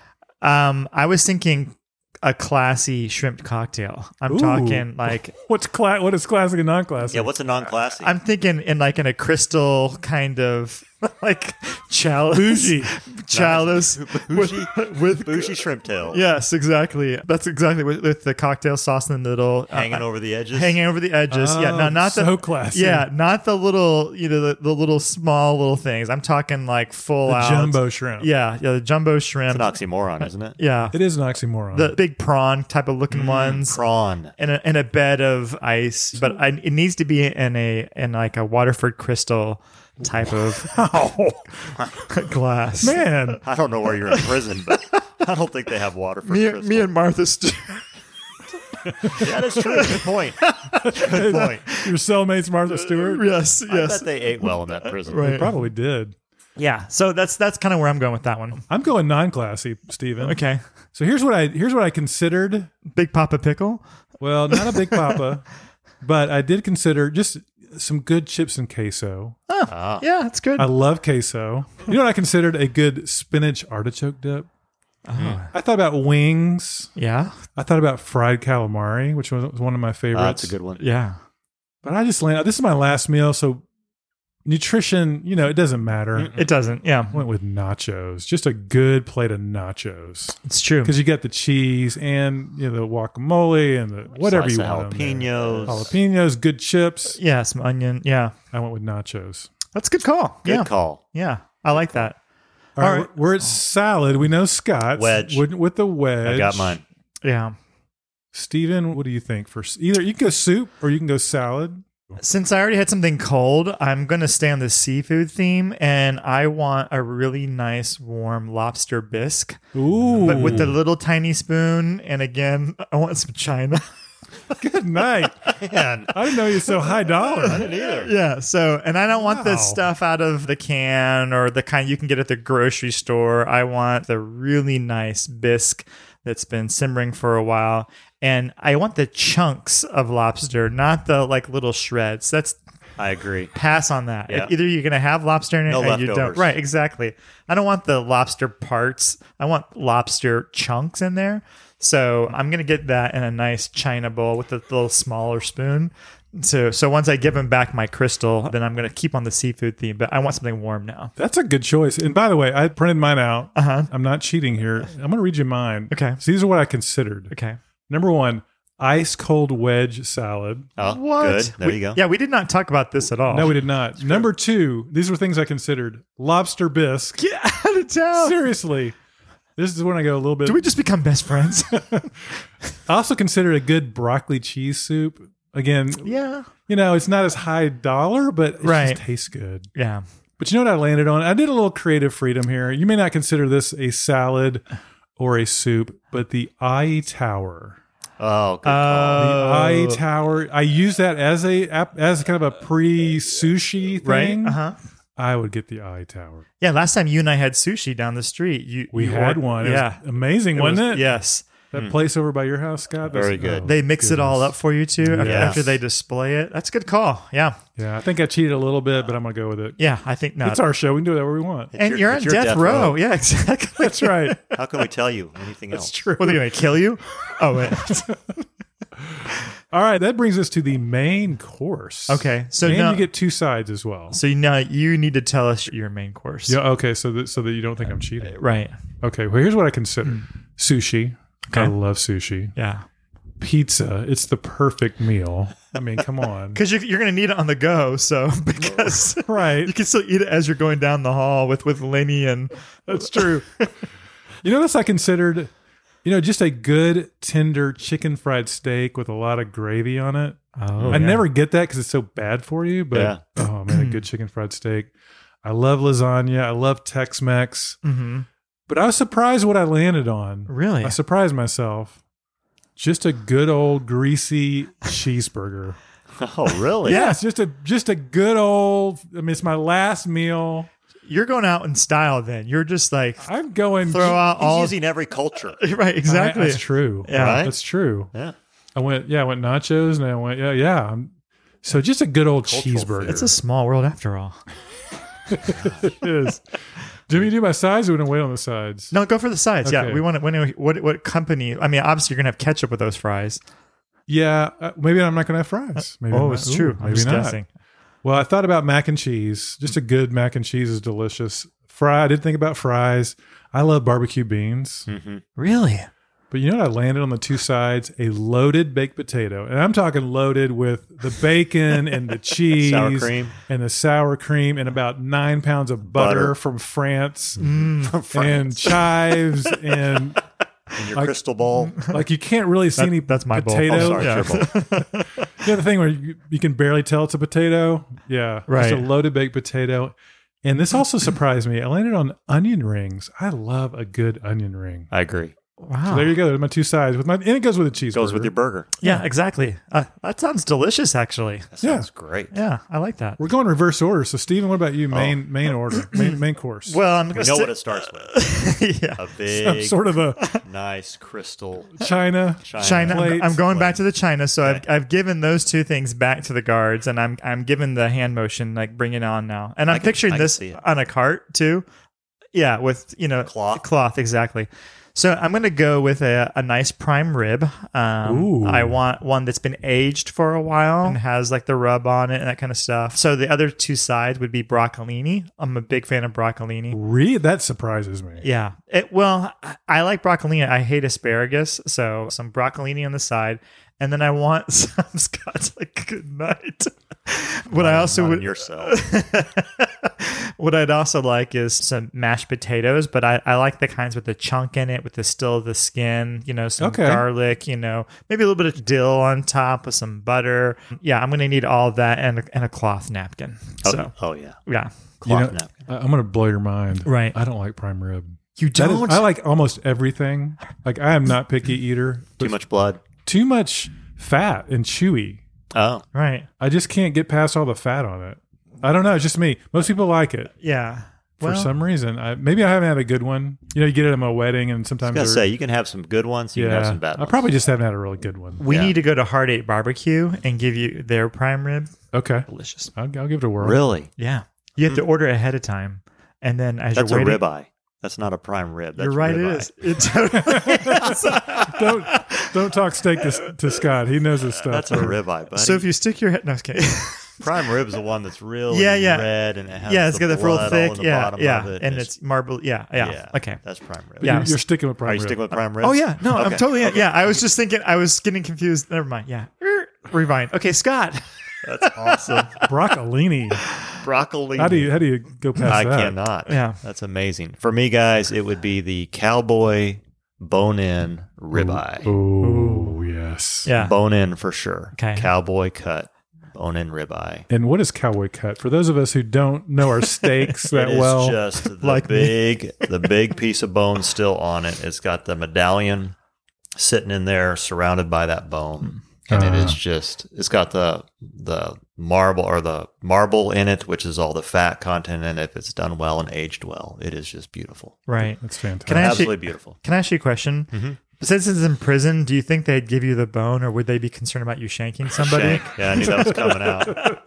Um I was thinking a classy shrimp cocktail. I'm Ooh. talking like What's cla- what is classic and non-classic? Yeah, what's a non-classy? I'm thinking in like in a crystal kind of like chalice, Bougie. chalice with, Bougie. with Bougie shrimp tail, yes, exactly. That's exactly with, with the cocktail sauce in the middle, uh, hanging over the edges. hanging over the edges. yeah, no, Oh, not the so classy. Yeah, not the little you know the, the little small little things. I'm talking like full the out jumbo shrimp? Yeah, yeah, the jumbo It's shrimp. an oxymoron, isn't it? yeah, it is an oxymoron. the big prawn type of looking ones. Prawn. in a, in a bed of ice, but I, it needs to be in a in like a Waterford crystal type of Oh. glass. Man, I don't know where you're in prison, but I don't think they have water for me, crystal. me and Martha Stewart. that is true. Good point. Good point. your cellmate's Martha Stewart. yes, I yes, bet they ate well in that prison. right. Probably did. Yeah. So that's that's kind of where I'm going with that one. I'm going non-classy, Steven. Okay. So here's what I here's what I considered. Big Papa Pickle. Well, not a big papa, but I did consider just some good chips and queso. Ah, Yeah, that's good. I love queso. You know what I considered a good spinach artichoke dip? Uh-huh. I thought about wings. yeah. I thought about fried calamari, which was was one of my favorites. ah, that's a good one. Yeah. But I just landed. This is my last meal, so nutrition. You know, it doesn't matter. It doesn't. Yeah. Went with nachos, just a good plate of nachos It's true. because you got the cheese and you know the guacamole and the whatever Slice you of want. on there. Jalapenos. jalapenos, good chips. Yeah, some onion. Yeah. I went with nachos. That's a good call. Good yeah. call. Yeah. I like that. All All right, right. we're at salad. We know Scott's Wedge. with, with the wedge. I got mine. Yeah. Steven, what do you think? For s- either you can go soup or you can go salad. Since I already had something cold, I'm going to stay on the seafood theme and I want a really nice warm lobster bisque, Ooh, but with the little tiny spoon. And again, I want some china. good night. Man, I didn't know you're so high dollar. neither. yeah. So, and I don't want Wow. the stuff out of the can or the kind you can get at the grocery store. I want the really nice bisque that's been simmering for a while. And I want the chunks of lobster, not the like little shreds. That's I agree. pass on that. Yeah. Either you're going to have lobster in it No or you don't. leftovers. Right, exactly. I don't want the lobster parts. I want lobster chunks in there. So I'm going to get that in a nice china bowl with a little smaller spoon. So, so once I give him back my crystal, then I'm going to keep on the seafood theme, but I want something warm now. That's a good choice. And by the way, I printed mine out. Uh-huh. I'm not cheating here. I'm going to read you mine. Okay. So these are what I considered. Okay. Number one, ice cold wedge salad. Oh, Good. There We- you go. Yeah, we did not talk about this at all. No, we did not. Number two, these were things I considered lobster bisque. Get out of town. Seriously. This is when I go a little bit. Oh. Do we just become best friends? I also consider a good broccoli cheese soup. Again, yeah. you know, it's not as high dollar, but it Right. just tastes good. Yeah. But you know what I landed on? I did a little creative freedom here. You may not consider this a salad or a soup, but the eye tower. Oh, Uh, good The call. eye Oh. tower. I use that as a as kind of a pre sushi Right. thing. Uh huh. I would get the eye tower. Yeah. Last time you and I had sushi down the street, you We you had ordered- one. It was Yeah. amazing, was, not was- it? Yes. That place over by your house, Scott. that's- oh, Very good. They mix it all goodness. up for you too after- Yes. after they display it. That's a good call. Yeah. Yeah, I think I cheated a little bit, but I'm gonna go with it. Yeah. I think not. It's our show. We can do whatever we want. and your- you're on it's your death, death row. row. Yeah, exactly. That's right. How can we tell you anything else? true. Well, they're going to kill you. Oh, wait. All right, that brings us to the main course. Okay, so and now- you get two sides as well. so now you need to tell us your main course. Yeah. Okay. So that so that you don't think I'm cheating. Right. Okay. Well, here's what I consider sushi. Hmm. Okay. I love sushi. Yeah. Pizza. It's the perfect meal. I mean, come on. Because you're, you're going to need it on the go. So, because right. you can still eat it as you're going down the hall with, with Lenny and. That's true. you know, this I considered. You know, just a good tender chicken fried steak with a lot of gravy on it. Oh, I never get that because it's so bad for you. But Yeah. oh man, a good chicken fried steak. I love lasagna. I love Tex-Mex. hmm But I was surprised what I landed on. Really? I surprised myself. Just a good old greasy cheeseburger. Oh, really? yeah, it's just a just a good old. I mean, it's my last meal. You're going out in style then. You're just like, I'm going. throw out He's all. using every culture. right. Exactly. I- that's true. Yeah. Right? that's true. Yeah. I went. Yeah, I went nachos, and I went. Yeah, yeah. I'm- so just a good old Cultural cheeseburger. food. It's a small world after all. It is. Do we do my sides? Or we don't wait on the sides. No, go for the sides. Yeah, Okay. we want to. What what company? I mean, obviously you're gonna have ketchup with those fries. Yeah, uh, maybe I'm not going to have fries. Maybe I'm oh, not- it's ooh, true. I'm Maybe just not. guessing. Well, I thought about mac and cheese. Just a good mac and cheese is delicious. Fry. I didn't think about fries. I love barbecue beans. Really? But you know what? I landed on the two sides a loaded baked potato, and I'm talking loaded with the bacon and the cheese, Sour cream. and the sour cream, and about nine pounds of butter, Butter. from France, and, and chives, and in your like- crystal ball. Mm-hmm. like you can't really see That- any. that's my bowl. I'm potato. Oh, sorry, Yeah. it's your ball. You know the thing where you, you can barely tell it's a potato. Yeah, Right. Just a loaded baked potato. And this also surprised me. I landed on onion rings. I love a good onion ring. I agree. Wow. So there you go. There's my two sides with my, and it goes with a cheese. Goes with your burger. yeah, exactly. Uh, that sounds delicious, actually. That Yeah. sounds great. Yeah, I like that. We're going reverse order. So, Steven, what Oh. about you? Main main order, main, main course. Well, I'm gonna. We know stick- what it starts with. yeah. A big, sort of a nice crystal China. China. China. I'm, Plates. I'm going back to the China. So I've, I've given those two things back to the guards, and I'm I'm giving the hand motion like bring it on now. And I'm can- picturing I can this see it. on a cart too. Yeah, with you know Cloth. cloth exactly. So I'm going to go with a, a nice prime rib. Um, Ooh. I want one that's been aged for a while and has like the rub on it and that kind of stuff. So the other two sides would be broccolini. I'm a big fan of broccolini. Really, that surprises me. Yeah. It, well, I- I like broccolini. I hate asparagus, so some broccolini on the side, and then I want some Scott's like good night. what I also Not would in yourself. what I'd also like is some mashed potatoes, but I, I like the kinds with the chunk in it, with the still the skin, you know, some Okay. garlic, you know, maybe a little bit of dill on top with some butter. Yeah, I'm gonna need all that and a, and a cloth napkin. Oh, So oh, yeah. yeah, You Cloth know, napkin. I- I'm going to blow your mind. Right. I don't like prime rib. you That is- don't. I like almost everything. Like I am not picky eater. Too much blood. Too much fat and chewy. Oh, right? I just can't get past all the fat on it. I don't know. It's just me. Most people like it Yeah. for Well- some reason. I, maybe I haven't had a good one. You know, you get it at my wedding, and I sometimes gotta they're- say you can have some good ones. You can have some bad I ones. probably just haven't had a really good one. We Yeah. need to go to Heart Eight Barbecue and give you their prime rib. Okay, delicious. I'll, I'll give it a whirl. Really? Yeah, you have to order ahead of time, and then as That's a you're waiting, ribeye. That's not a prime rib. That's You're right. It ribeye. is. It totally is. Don't don't talk steak to, to Scott. He knows his stuff. That's a ribeye, buddy. so if you stick your head, no, I was kidding. prime rib's the one that's really Yeah, yeah. red and it has yeah, it's got the that real blood all in thick. the Yeah, bottom yeah, of it. and it's marble. Yeah, yeah, Okay. That's prime rib. You're- Yeah. you're sticking with prime Are you rib. sticking with prime rib? Oh yeah, no, I'm Okay. totally. in Yeah, I was just thinking. I was getting confused. Never mind. Yeah, rewind. Okay, Scott. That's awesome. broccolini. broccoli. How do you how do you go past I that? cannot. Yeah. That's amazing. For me, guys, it would be the cowboy bone in ribeye. Oh yes. Yeah. Bone in for sure. Okay. Cowboy cut, bone in ribeye. And what is cowboy cut? For those of us who don't know our steaks that It is well, just the like me. big, the big piece of bone still on it. It's got the medallion sitting in there, surrounded by that bone, Hmm. and it is just. It's got the the marble or the marble in it, which is all the fat content in it. If it's done well and aged well, it is just beautiful, Right. that's fantastic. Can I ask you- absolutely beautiful. Can I ask you a question? Mhm. Since it's in prison, do you think they'd give you the bone, or would they be concerned about you shanking somebody? Shank. Yeah, I knew that was coming out.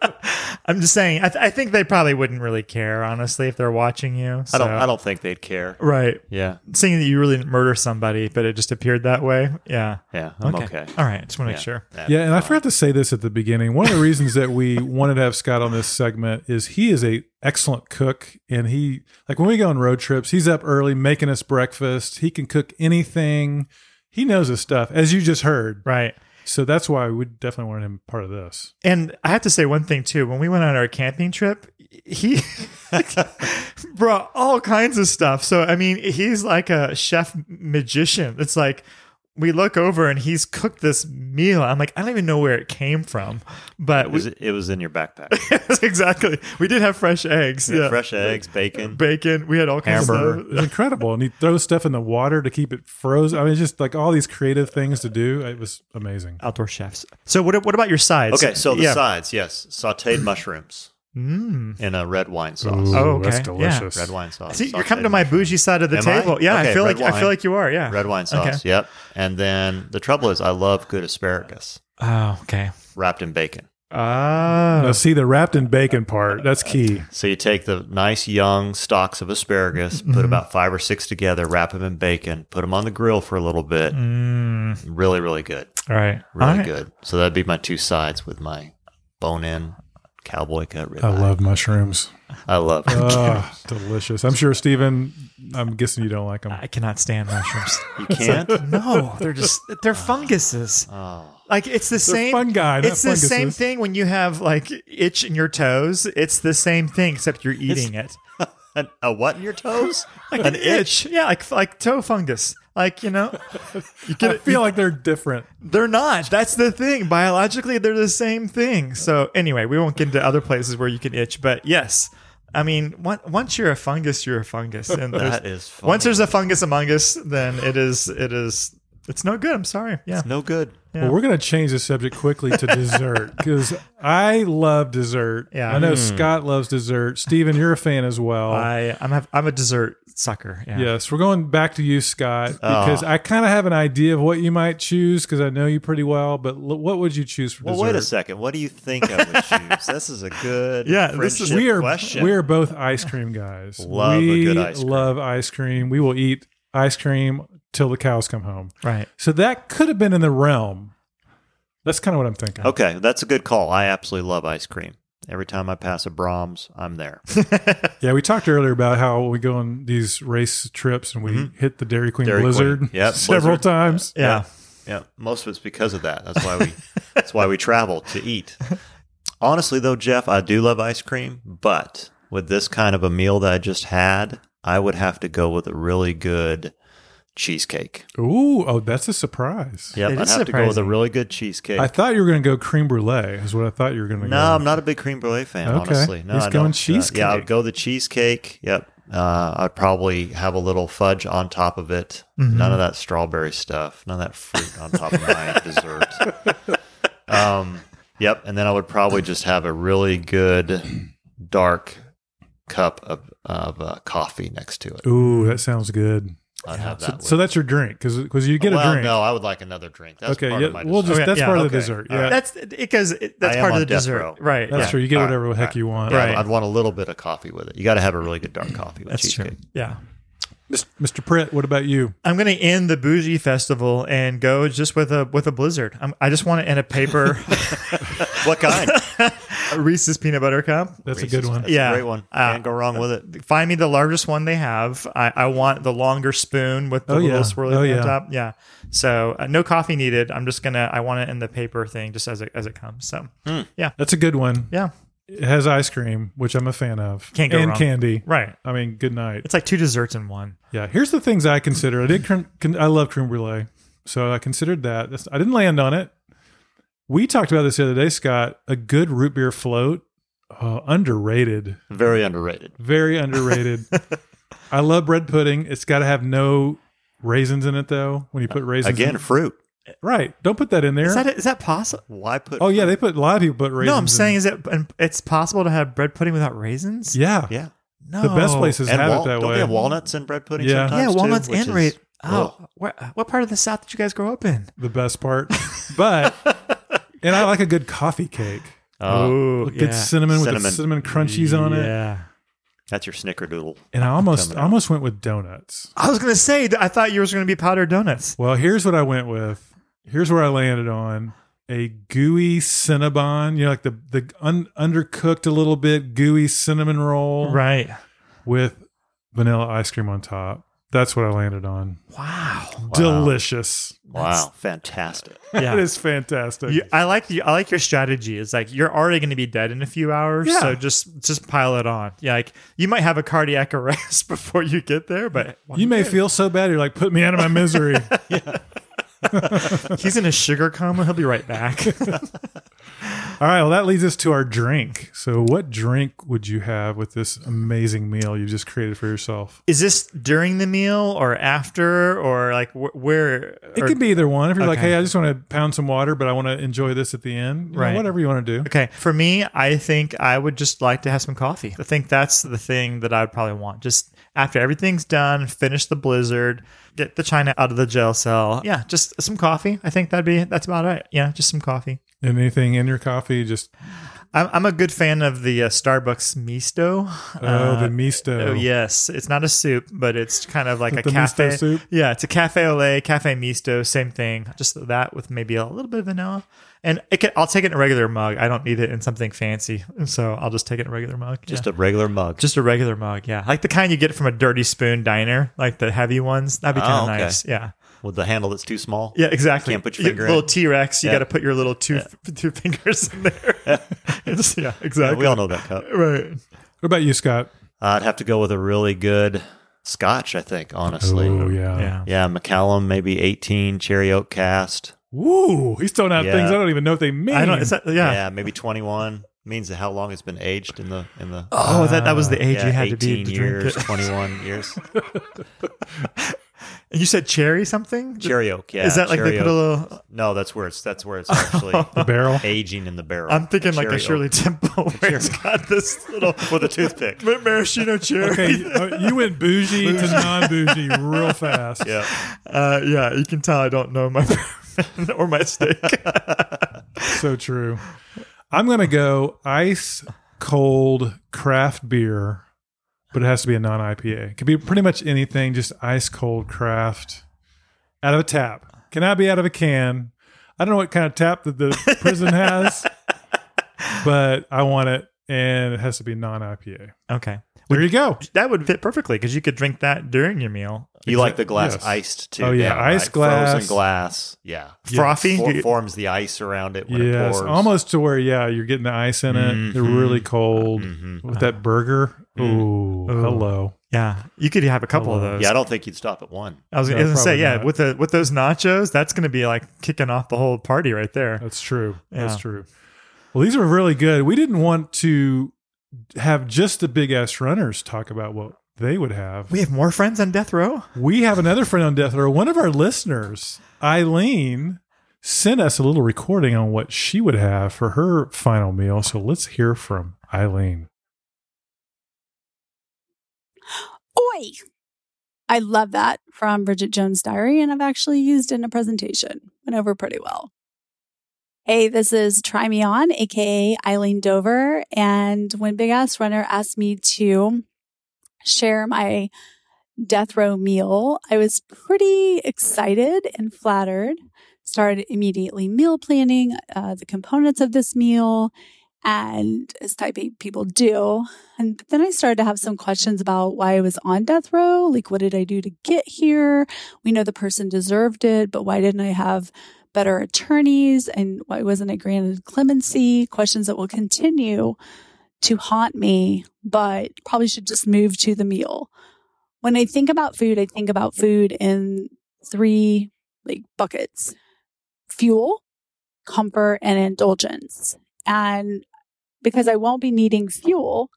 I'm just saying. I, th- I think they probably wouldn't really care, honestly, if they're watching you. I don't. so- I don't think they'd care. Right. Yeah, Saying that you really didn't murder somebody, but it just appeared that way. Yeah. yeah. I'm okay. All right. Just want to make Yeah. sure. Yeah, and I forgot to say this at the beginning. One of the reasons that we wanted to have Scott on this segment is he is a excellent cook, and he like when we go on road trips, he's up early making us breakfast. He can cook anything. He knows his stuff, as you just heard. Right. So that's why we definitely wanted him part of this. And I have to say one thing too. When we went on our camping trip, he brought all kinds of stuff. So I mean, he's like a chef magician. It's like we look over and he's cooked this meal. I'm like, I don't even know where it came from, but It we, was, it was in your backpack. exactly. We did have fresh eggs. Yeah. Fresh eggs, bacon. bacon. We had all kinds Hamburger. of It's stuff. incredible, and he throws stuff in the water to keep it frozen. I mean, just like all these creative things to do. It was amazing. outdoor chefs. So what what about your sides? Okay, so the yeah. sides, yes, sautéed mushrooms Mm. in a red wine sauce. Ooh. Oh, that's okay. Yeah. delicious. Red wine sauce. See, you're sauteed coming to my mushrooms. bougie side of the Am I? table. Yeah, I Okay, feel like red I wine. feel like you are. Yeah. Red wine sauce. Okay. Yep. And then the trouble is, I love good asparagus Oh, okay. wrapped in bacon. Oh. Now, see the wrapped in bacon part. That's key. So you take the nice young stalks of asparagus, Mm-hmm. put about five or six together, wrap them in bacon, put them on the grill for a little bit. Really, really good. All right. Really Mm. All right. good. So that'd be my two sides with my bone-in cowboy cut ribeye. I love mushrooms. I love. Oh, Ah, delicious. I'm sure, Steven, I'm guessing you don't like them. I cannot stand mushrooms. you can't. no, they're just they're funguses. Oh. Like it's the same fungi, not It's the same funguses. thing when you have like itch in your toes. It's the same thing except you're eating it. An- a what in your toes? Like an itch. Yeah, like like toe fungus. Like, you know, you I can feel like they're different. they're not. That's the thing. Biologically, they're the same thing. So anyway, we won't get into other places where you can itch, but yes. I mean, on- once you're a fungus, you're a fungus, and there's- That is funny. once there's a fungus among us, then it is it is it's no good. I'm sorry. Yeah. no good. Well, we're going to change the subject quickly to dessert because I love dessert. Yeah. I know Scott loves dessert. Steven, you're a fan as well. I I'm a, I'm a dessert sucker. Yeah. yes, we're going back to you, Scott, Oh. because I kind of have an idea of what you might choose because I know you pretty well. But l- what would you choose for Well, dessert? wait a second. What do you think I would choose? this is a good Yeah, this is- friendship we are question. we are both ice cream guys. Love a we good ice cream. love ice cream. We will eat ice cream till the cows come home. Right. So that could have been in the realm. That's kind of what I'm thinking. okay. That's a good call. I absolutely love ice cream. Every time I pass a Brahms, I'm there. Yeah, we talked earlier about how we go on these race trips and we hit the Dairy Queen Mm-hmm. Dairy Queen. blizzard Yep, several blizzard. times. Yeah. yeah, most of it's because of that. That's why we that's why we travel to eat. Honestly, though, Jeff, I do love ice cream, but with this kind of a meal that I just had, I would have to go with a really good cheesecake. Ooh, oh, that's a surprise. Yep, It I'd is have to go with a surprising. really good cheesecake. I thought you were going to go creme brulee. Is what I thought you were going to No, go. I'm not a big creme brulee fan, Okay. honestly. No, He's I going don't. cheesecake. yeah, I would go the cheesecake. Yep. Uh, I'd probably have a little fudge on top of it. Mm-hmm. None of that strawberry stuff. None of that fruit on top of my dessert. Um, yep. And then I would probably just have a really good dark cup of, of uh, coffee next to it. Ooh, that sounds good. I'd have So, that. so with- that's your drink because you get well, a drink. no, I would like another drink. That's okay, part yeah, of my we'll dessert. just that's yeah, part of okay. the dessert. All Yeah, right. That's because it, that's I am part of on the death dessert. row. Right. that's yeah. true. You get All right, whatever the all heck right. you want. Yeah, Right. I'd want a little bit of coffee with it. You got to have a really good dark coffee with That's cheesecake. true. Yeah. Mr. Pritt, what about you? I'm going to end the bougie festival and go just with a with a blizzard. I'm, I just want to end a paper What kind? a Uh, Reese's peanut butter cup. That's a good one. That's Yeah. a great one. Uh, Can't go wrong with it. Find me the largest one they have. I, I want the longer spoon with the Oh, little yeah. swirly Oh, on yeah. top. Yeah. So uh, no coffee needed. I'm just gonna. I want it in the paper thing just as it as it comes. So yeah, That's a good one. yeah. It has ice cream, which I'm a fan of, Can't go and wrong. candy. Right. I mean, good night. It's like two desserts in one. Yeah, here's the things I consider. I did. Creme, con- I love creme brulee, so I considered that. That's, I didn't land on it. We talked about this the other day, Scott. A good root beer float, oh, underrated, Very underrated. very underrated. I love bread pudding. It's got to have no raisins in it, though. When you put raisins Again, in- fruit. right? Don't put that in there. Is that is that possible? Why put? oh yeah, they put a lot of people put raisins. No, I'm in- saying is it and it's possible to have bread pudding without raisins? yeah, yeah. No. The best places And have wal- it that don't way. they have walnuts in bread pudding? Yeah. Yeah, sometimes walnuts too, Which and is- raisins. Oh, Ugh. where, what part of the South did you guys grow up in? the best part, but and I like a good coffee cake. Uh, oh, Good cinnamon, with the Cinnamon. cinnamon crunchies on it. Yeah. that's your snickerdoodle. And I almost Coming I up. almost went with donuts. I was gonna say that I thought yours were gonna be powdered donuts. Well, here's what I went with. Here's where I landed on a gooey Cinnabon. You know, like the the un, undercooked a little bit gooey cinnamon roll Right. with vanilla ice cream on top. That's what I landed on. Wow. Delicious. Wow, fantastic. Yeah. It is fantastic. You- I like you, I like your strategy. It's like you're already going to be dead in a few hours, Yeah. so just just pile it on. Yeah, like you might have a cardiac arrest before you get there, but You may feel so bad. You're like, put me out of my misery. he's in a sugar coma. He'll be right back. All right. Well, that leads us to our drink. So, what drink would you have with this amazing meal you just created for yourself? Is this during the meal or after or like wh- where? It or- could be either one. If you're like, Okay. hey, I just want to pound some water, but I want to enjoy this at the end, you know, Right. whatever you want to do. Okay, for me, I think I would just like to have some coffee. I think that's the thing that I would probably want. Just after everything's done, finish the blizzard, get the china out of the jail cell. Yeah, just some coffee. I think that'd be that's about it. Yeah, just some coffee. And anything in your coffee, just, I'm, I'm a good fan of the uh, Starbucks Misto. oh, the misto. Oh yes, it's not a soup, but it's kind of like Like a the misto cafe soup? Yeah, it's a cafe au lait, cafe misto, same thing. Just that with maybe a little bit of vanilla, and it can, I'll take it in a regular mug. I don't need it in something fancy, so I'll just take it in a regular mug. Just yeah. a regular mug. just a regular mug, yeah, like the kind you get from a dirty spoon diner, like the heavy ones. That'd be Oh, kind of okay. nice. Yeah, with the handle that's too small. yeah, exactly. Can't put your finger in. little T Rex. You Yeah. got to put your little two two fingers in there. It's- yeah, Yeah, exactly. we all know that cup. right. What about you, Scott? I'd have to go with a really good scotch, I think, honestly. Oh, yeah. Yeah. Yeah, McCallum, maybe 18, Cherry Oak Cast. Woo. He's throwing out Yeah. things I don't even know what they mean. I don't. Is that, yeah. Yeah, maybe 21. Means how long it's been aged in the in the Oh, that, that was the age yeah, you had to 18 be to years, drink it. 21 years. And you said cherry something? Cherry Oak, yeah. Is that like Cherry they put a Oak. little? No, that's where it's that's where it's actually the barrel. aging in the barrel. I'm thinking like Cherry a Oak. Shirley Temple where it's got this little with a toothpick. ma- maraschino cherry. Okay. you- oh, you went bougie to non bougie real fast. Yeah. Uh, yeah, you can tell I don't know my or my steak. so true. I'm gonna go ice cold craft beer, but it has to be a non IPA. It could be pretty much anything, just ice cold craft out of a tap. Cannot be out of a can. I don't know what kind of tap that the prison has, but I want it, and it has to be non IPA. okay, There you go. that would fit perfectly because you could drink that during your meal. You like the glass Yes. iced too. Oh, yeah, ice glass. Frozen glass. Yeah. Frothy. For- forms the ice around it when it Yes, pours. almost to where yeah, you're getting the ice in it. They're Mhm. really cold Mhm. with that burger. Ooh, hello. yeah, you could have a couple of those. Oh, Yeah, I don't think you'd stop at one. I was No, gonna, I was gonna say probably yeah. not. With the with those nachos, that's gonna be like kicking off the whole party right there. That's true. Yeah. That's true. Well, these were really good. We didn't want to have just the big ass runners talk about what they would have. We have more friends on death row. We have another friend on death row. One of our listeners, Eileen, sent us a little recording on what she would have for her final meal. So let's hear from Eileen. Oi! I love that from Bridget Jones' diary, and I've actually used in a presentation. Went over pretty well. Hey, this is Try Me On, aka Eileen Dover. And when Big Ass Runner asked me to share my death row meal, I was pretty excited and flattered. Started immediately meal planning, uh, the components of this meal, and as type A people do, and but then I started to have some questions about why I was on death row. Like, what did I do to get here? We know the person deserved it, but why didn't I have better attorneys? And why wasn't I granted clemency? Questions that will continue to haunt me, but probably should just move to the meal. When I think about food, I think about food in three like buckets fuel, comfort, and indulgence. And because I won't be needing fuel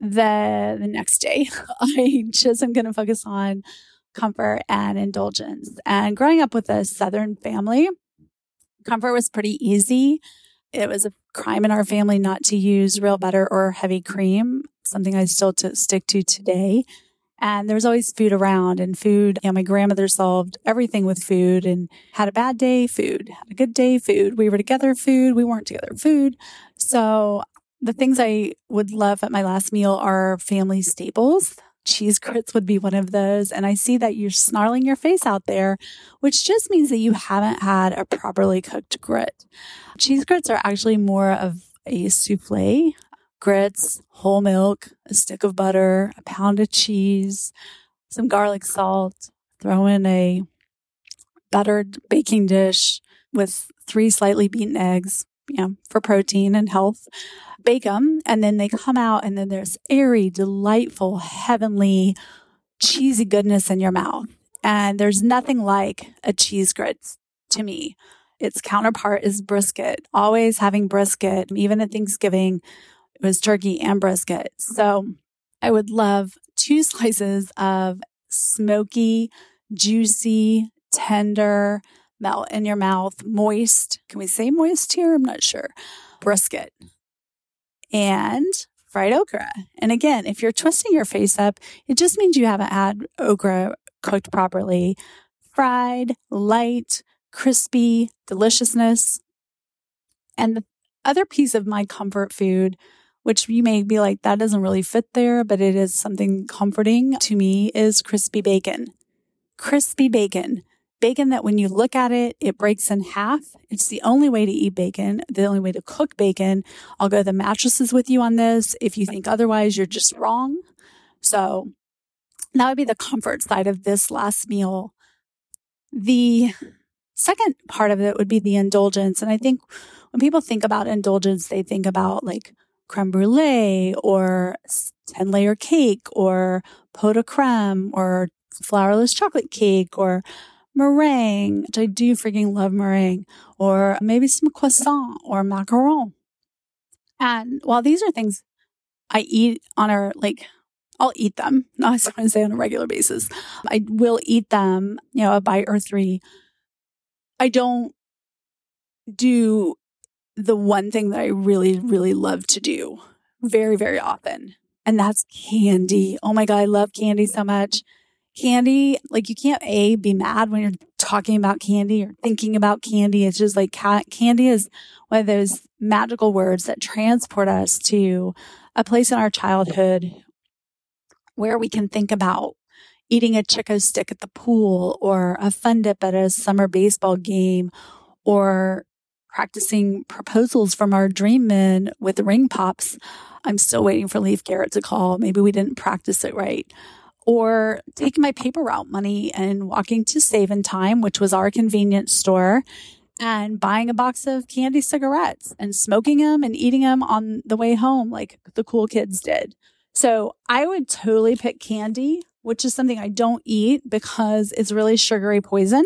the the next day, I just am gonna focus on comfort and indulgence. And growing up with a southern family, comfort was pretty easy. It was a crime in our family not to use real butter or heavy cream, something I still to stick to today. And there was always food around and food. You know, my grandmother solved everything with food and had a bad day, food, had a good day, food. We were together, food. We weren't together, food. So the things I would love at my last meal are family staples. Cheese grits would be one of those. And I see that you're snarling your face out there, which just means that you haven't had a properly cooked grit. Cheese grits are actually more of a souffle grits, whole milk, a stick of butter, a pound of cheese, some garlic salt, throw in a buttered baking dish with three slightly beaten eggs, you know, for protein and health. Bake them and then they come out and then there's airy, delightful, heavenly, cheesy goodness in your mouth. And there's nothing like a cheese grit to me. Its counterpart is brisket. Always having brisket, even at Thanksgiving, it was turkey and brisket. So I would love two slices of smoky, juicy, tender, melt in your mouth, moist. Can we say moist here? I'm not sure. Brisket and fried okra. And again, if you're twisting your face up, it just means you haven't had okra cooked properly. Fried, light, crispy, deliciousness. And the other piece of my comfort food, which you may be like, that doesn't really fit there, but it is something comforting to me, is crispy bacon. Crispy bacon. Bacon that when you look at it, it breaks in half. It's the only way to eat bacon, the only way to cook bacon. I'll go the mattresses with you on this. If you think otherwise, you're just wrong. So that would be the comfort side of this last meal. The second part of it would be the indulgence. And I think when people think about indulgence, they think about like creme brulee or 10 layer cake or pot de creme or flourless chocolate cake or meringue, which I do freaking love meringue, or maybe some croissant or macaron. And while these are things I eat on a like, I'll eat them. No, I was going to say on a regular basis. I will eat them, you know, a bite or three. I don't do the one thing that I really, really love to do very, very often. And that's candy. Oh my God, I love candy so much. Candy, like you can't A, be mad when you're talking about candy or thinking about candy. It's just like ca- candy is one of those magical words that transport us to a place in our childhood where we can think about eating a Chico stick at the pool or a fun dip at a summer baseball game or practicing proposals from our dream men with ring pops. I'm still waiting for Leaf Garrett to call. Maybe we didn't practice it right. Or taking my paper route money and walking to Save in Time, which was our convenience store, and buying a box of candy cigarettes and smoking them and eating them on the way home, like the cool kids did. So I would totally pick candy, which is something I don't eat because it's really sugary poison.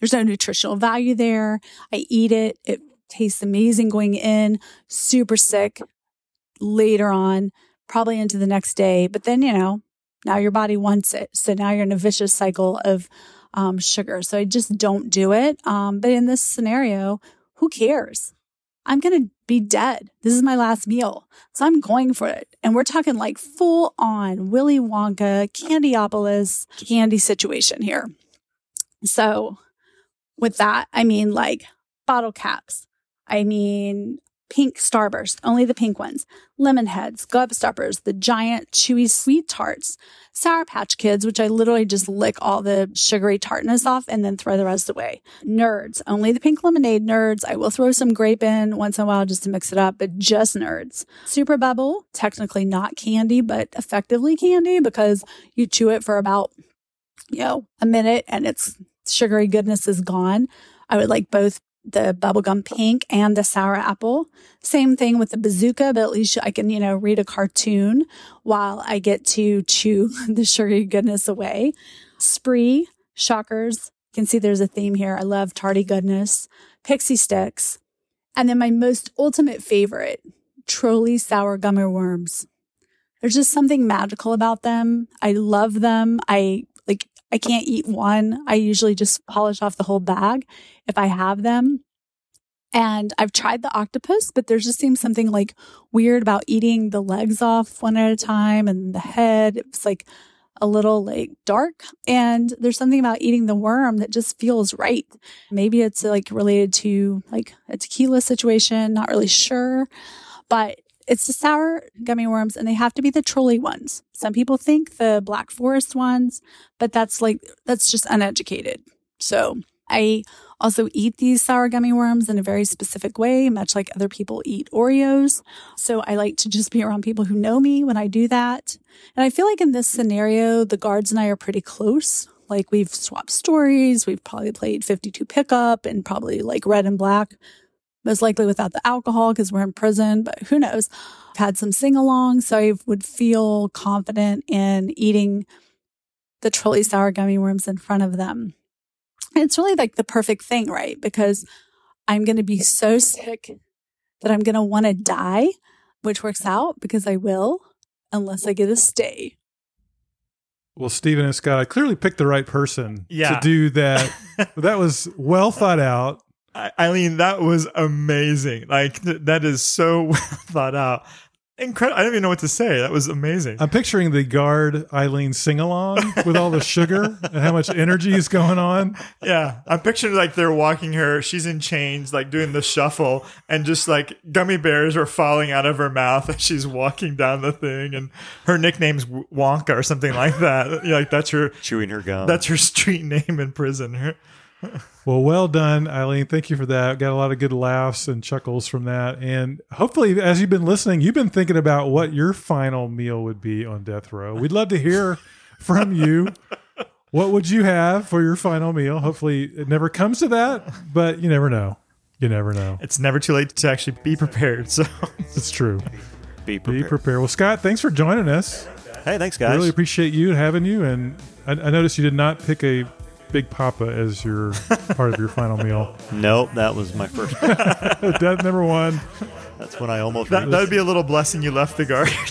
There's no nutritional value there. I eat it. It tastes amazing going in, super sick later on, probably into the next day. But then, you know, now your body wants it. So now you're in a vicious cycle of um, sugar. So I just don't do it. Um, but in this scenario, who cares? I'm going to be dead. This is my last meal. So I'm going for it. And we're talking like full on Willy Wonka, Candyopolis candy situation here. So with that, I mean like bottle caps. I mean pink starburst, only the pink ones, lemon heads, glove stoppers, the giant chewy sweet tarts, sour patch kids, which I literally just lick all the sugary tartness off and then throw the rest away. Nerds, only the pink lemonade nerds. I will throw some grape in once in a while just to mix it up, but just nerds. Super bubble, technically not candy, but effectively candy because you chew it for about you know, a minute and its sugary goodness is gone. I would like both the bubblegum pink and the sour apple. Same thing with the bazooka, but at least I can, you know, read a cartoon while I get to chew the sugary goodness away. Spree, shockers. You can see there's a theme here. I love tardy goodness, pixie sticks. And then my most ultimate favorite, trolley sour gummy worms. There's just something magical about them. I love them. I like, I can't eat one. I usually just polish off the whole bag if I have them. And I've tried the octopus, but there just seems something like weird about eating the legs off one at a time and the head. It's like a little like dark. And there's something about eating the worm that just feels right. Maybe it's like related to like a tequila situation, not really sure. But it's the sour gummy worms and they have to be the trolley ones. Some people think the black forest ones, but that's like, that's just uneducated. So I also eat these sour gummy worms in a very specific way, much like other people eat Oreos. So I like to just be around people who know me when I do that. And I feel like in this scenario, the guards and I are pretty close. Like we've swapped stories, we've probably played 52 pickup and probably like red and black, most likely without the alcohol because we're in prison, but who knows? I've had some sing along, so I would feel confident in eating the trolley sour gummy worms in front of them. And it's really like the perfect thing, right? Because I'm going to be so sick that I'm going to want to die, which works out because I will, unless I get a stay. Well, Stephen and Scott, I clearly picked the right person Yeah. to do Uh, that. that was well thought out. I, I mean, that was amazing. Like th- that is so well thought out. Incredible. I don't even know what to say. That was amazing. I'm picturing the guard Eileen sing along with all the sugar and how much energy is going on. Yeah, I'm picturing like they're walking her. She's in chains, like doing the shuffle, and just like gummy bears are falling out of her mouth as she's walking down the thing. And her nickname's W- Wonka or something like that. You're like that's her chewing her gum. that's her street name in prison. Her- Well, well done, Eileen. Thank you for that. Got a lot of good laughs and chuckles from that. And hopefully, as you've been listening, you've been thinking about what your final meal would be on death row. We'd love to hear from you. What would you have for your final meal? Hopefully, it never comes to that, but you never know. You never know. It's never too late to actually be prepared. So It's true. Be Be prepared. prepared. Well, Scott, thanks for joining us. hey, thanks, I guys. really appreciate you and having you. And I, I noticed you did not pick a Big Papa as your part of your final meal. nope, that was my first. Death number one. That's when I almost. that reached- that'd be a little blessing you left the guard. would,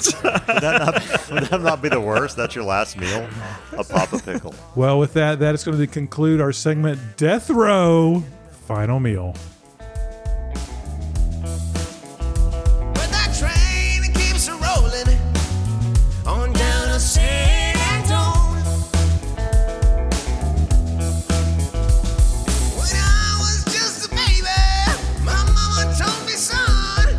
that not, would that not be the worst? That's your last meal, a Papa Pickle. Well, with that, that is going to conclude our segment Death Row Final Meal. But that train it keeps a rolling on down to San Antonio. When I was just a baby, my mama told me, son,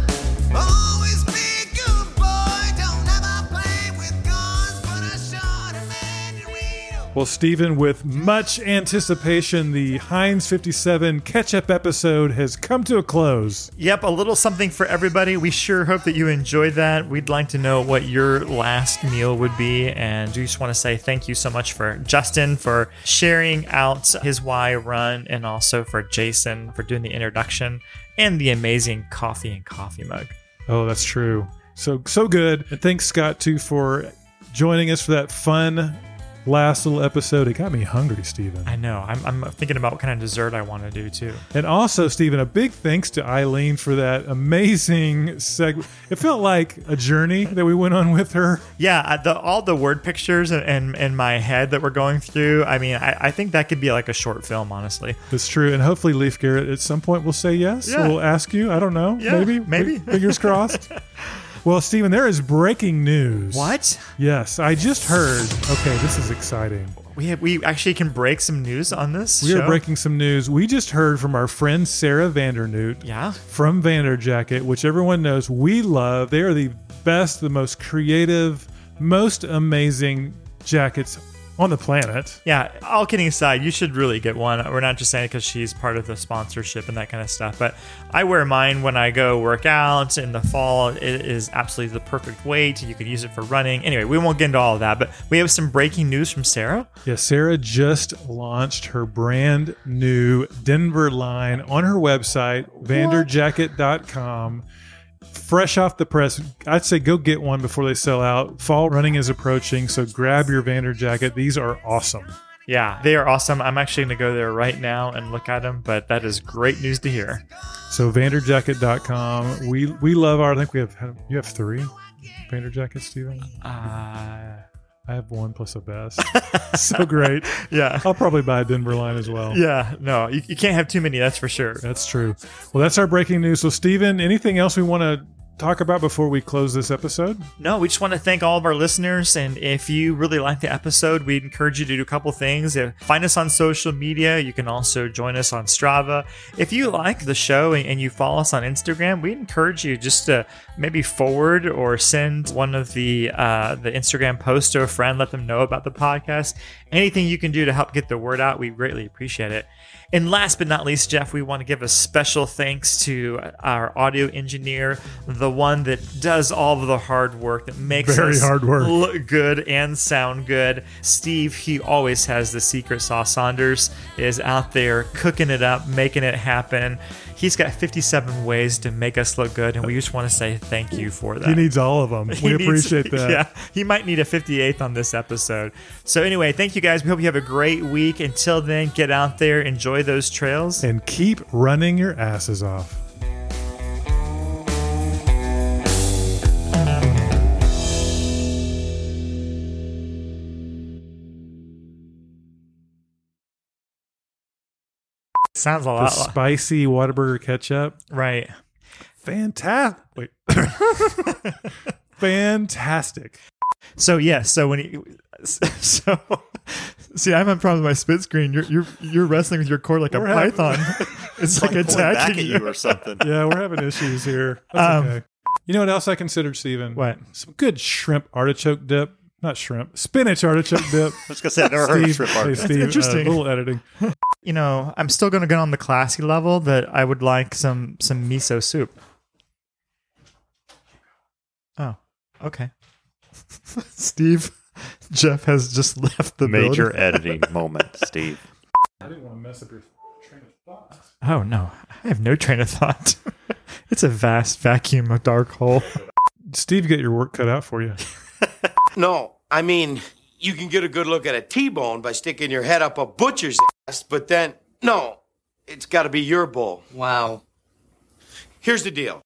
always be a good boy. Don't ever play with guns, but I shot a man you read a Well, Stephen, with much anticipation, the Heinz 57 catch up episode has come to a close. Yep, a little something for everybody. We sure hope that you enjoyed that. We'd like to know what your last meal would be. And we just want to say thank you so much for Justin for sharing out his why run and also for Jason for doing the introduction and the amazing coffee and coffee mug. Oh, that's true. So, so good. And thanks, Scott, too, for joining us for that fun last little episode. It got me hungry, Stephen. I know. I'm, I'm thinking about what kind of dessert I want to do too. And also, Stephen, a big thanks to Eileen for that amazing segment. It felt like a journey that we went on with her. Yeah, I- the, all the word pictures and in, in my head that we're going through. I mean, I, I think that could be like a short film, honestly. That's true. And hopefully, Leaf Garrett at some point will say yes. Yeah. We'll ask you. I don't know. Yeah, maybe. maybe. F- Fingers crossed. well, Stephen, there is breaking news. Yes, I just heard. Okay, this is exciting. We have, we actually can break some news on this. We show. are breaking some news. We just heard from our friend Sarah Vandernoot Yeah. from Vanderjacket, which everyone knows we love. They are the best, the most creative, most amazing jackets on the planet. Yeah, all kidding aside, you should really get one. We're not just saying it because she's part of the sponsorship and that kind of stuff, but I wear mine when I go work out in the fall. It is absolutely the perfect weight. You could use it for running. Anyway, we won't get into all of that, but we have some breaking news from Sarah. Yeah, Sarah just launched her brand new Denver line on her website, vanderjacket.com. Fresh off the press, I'd say go get one before they sell out. Fall running is approaching, so grab your Vander jacket. These are awesome. Yeah, they are awesome. I'm actually going to go there right now and look at them, but that is great news to hear. So vanderjacket.com. We we love our I think we have you have 3 Vander jackets, Steven. Uh, I have one plus a vest. so great. yeah. I'll probably buy a Denver line as well. Yeah, no, you, you can't have too many, that's for sure. That's true. Well, that's our breaking news. So, Steven, anything else we want to talk about before we close this episode? No, we just want to thank all of our listeners. And if you really like the episode, we encourage you to do a couple things. Uh, Find us on social media. You can also join us on Strava. If you like the show and- and you follow us on Instagram, we encourage you just to maybe forward or send one of the uh, the Instagram posts to a friend. Let them know about the podcast. Anything you can do to help get the word out, we greatly appreciate it. And last but not least, Jeff, we want to give a special thanks to our audio engineer, the one that does all of the hard work that makes Very us hard work. look good and sound good. Steve, he always has the secret sauce. Saunders is out there cooking it up, making it happen. He's got 57 ways to make us look good, and we just want to say thank you for that. He needs all of them. We He needs- appreciate that. Yeah, he might need a 58th on this episode. So, anyway, thank you guys. We hope you have a great week. Until then, get out there, enjoy those trails. And keep running your asses off. Sounds a The lot like. spicy Whataburger ketchup. Right. Fantastic. Wait. Fantastic. So, yeah, so when he. So, see, I'm having problems with my split screen. You're you're, you're wrestling with your cord like We're a having- python. it's like Pulling back attacking at you or something. Yeah, we're having issues here. That's Um, okay. You know what else I considered, Steven? What? Some good shrimp artichoke dip. Not shrimp, spinach artichoke dip. I was gonna say I've never heard of Steve- strip art. Steve, uh, interesting. little editing. You know, I'm still going to get on the classy level that I would like some some miso soup. Oh, okay. Steve, Jeff has just left the Major building. editing moment, Steve. I didn't want to mess up your train of thought. Oh no, I have no train of thought. it's a vast vacuum, a dark hole. Steve, get your work cut out for you. No, I mean, you can get a good look at a T-bone by sticking your head up a butcher's ass, but then, no, it's got to be your bull. Wow. Here's the deal.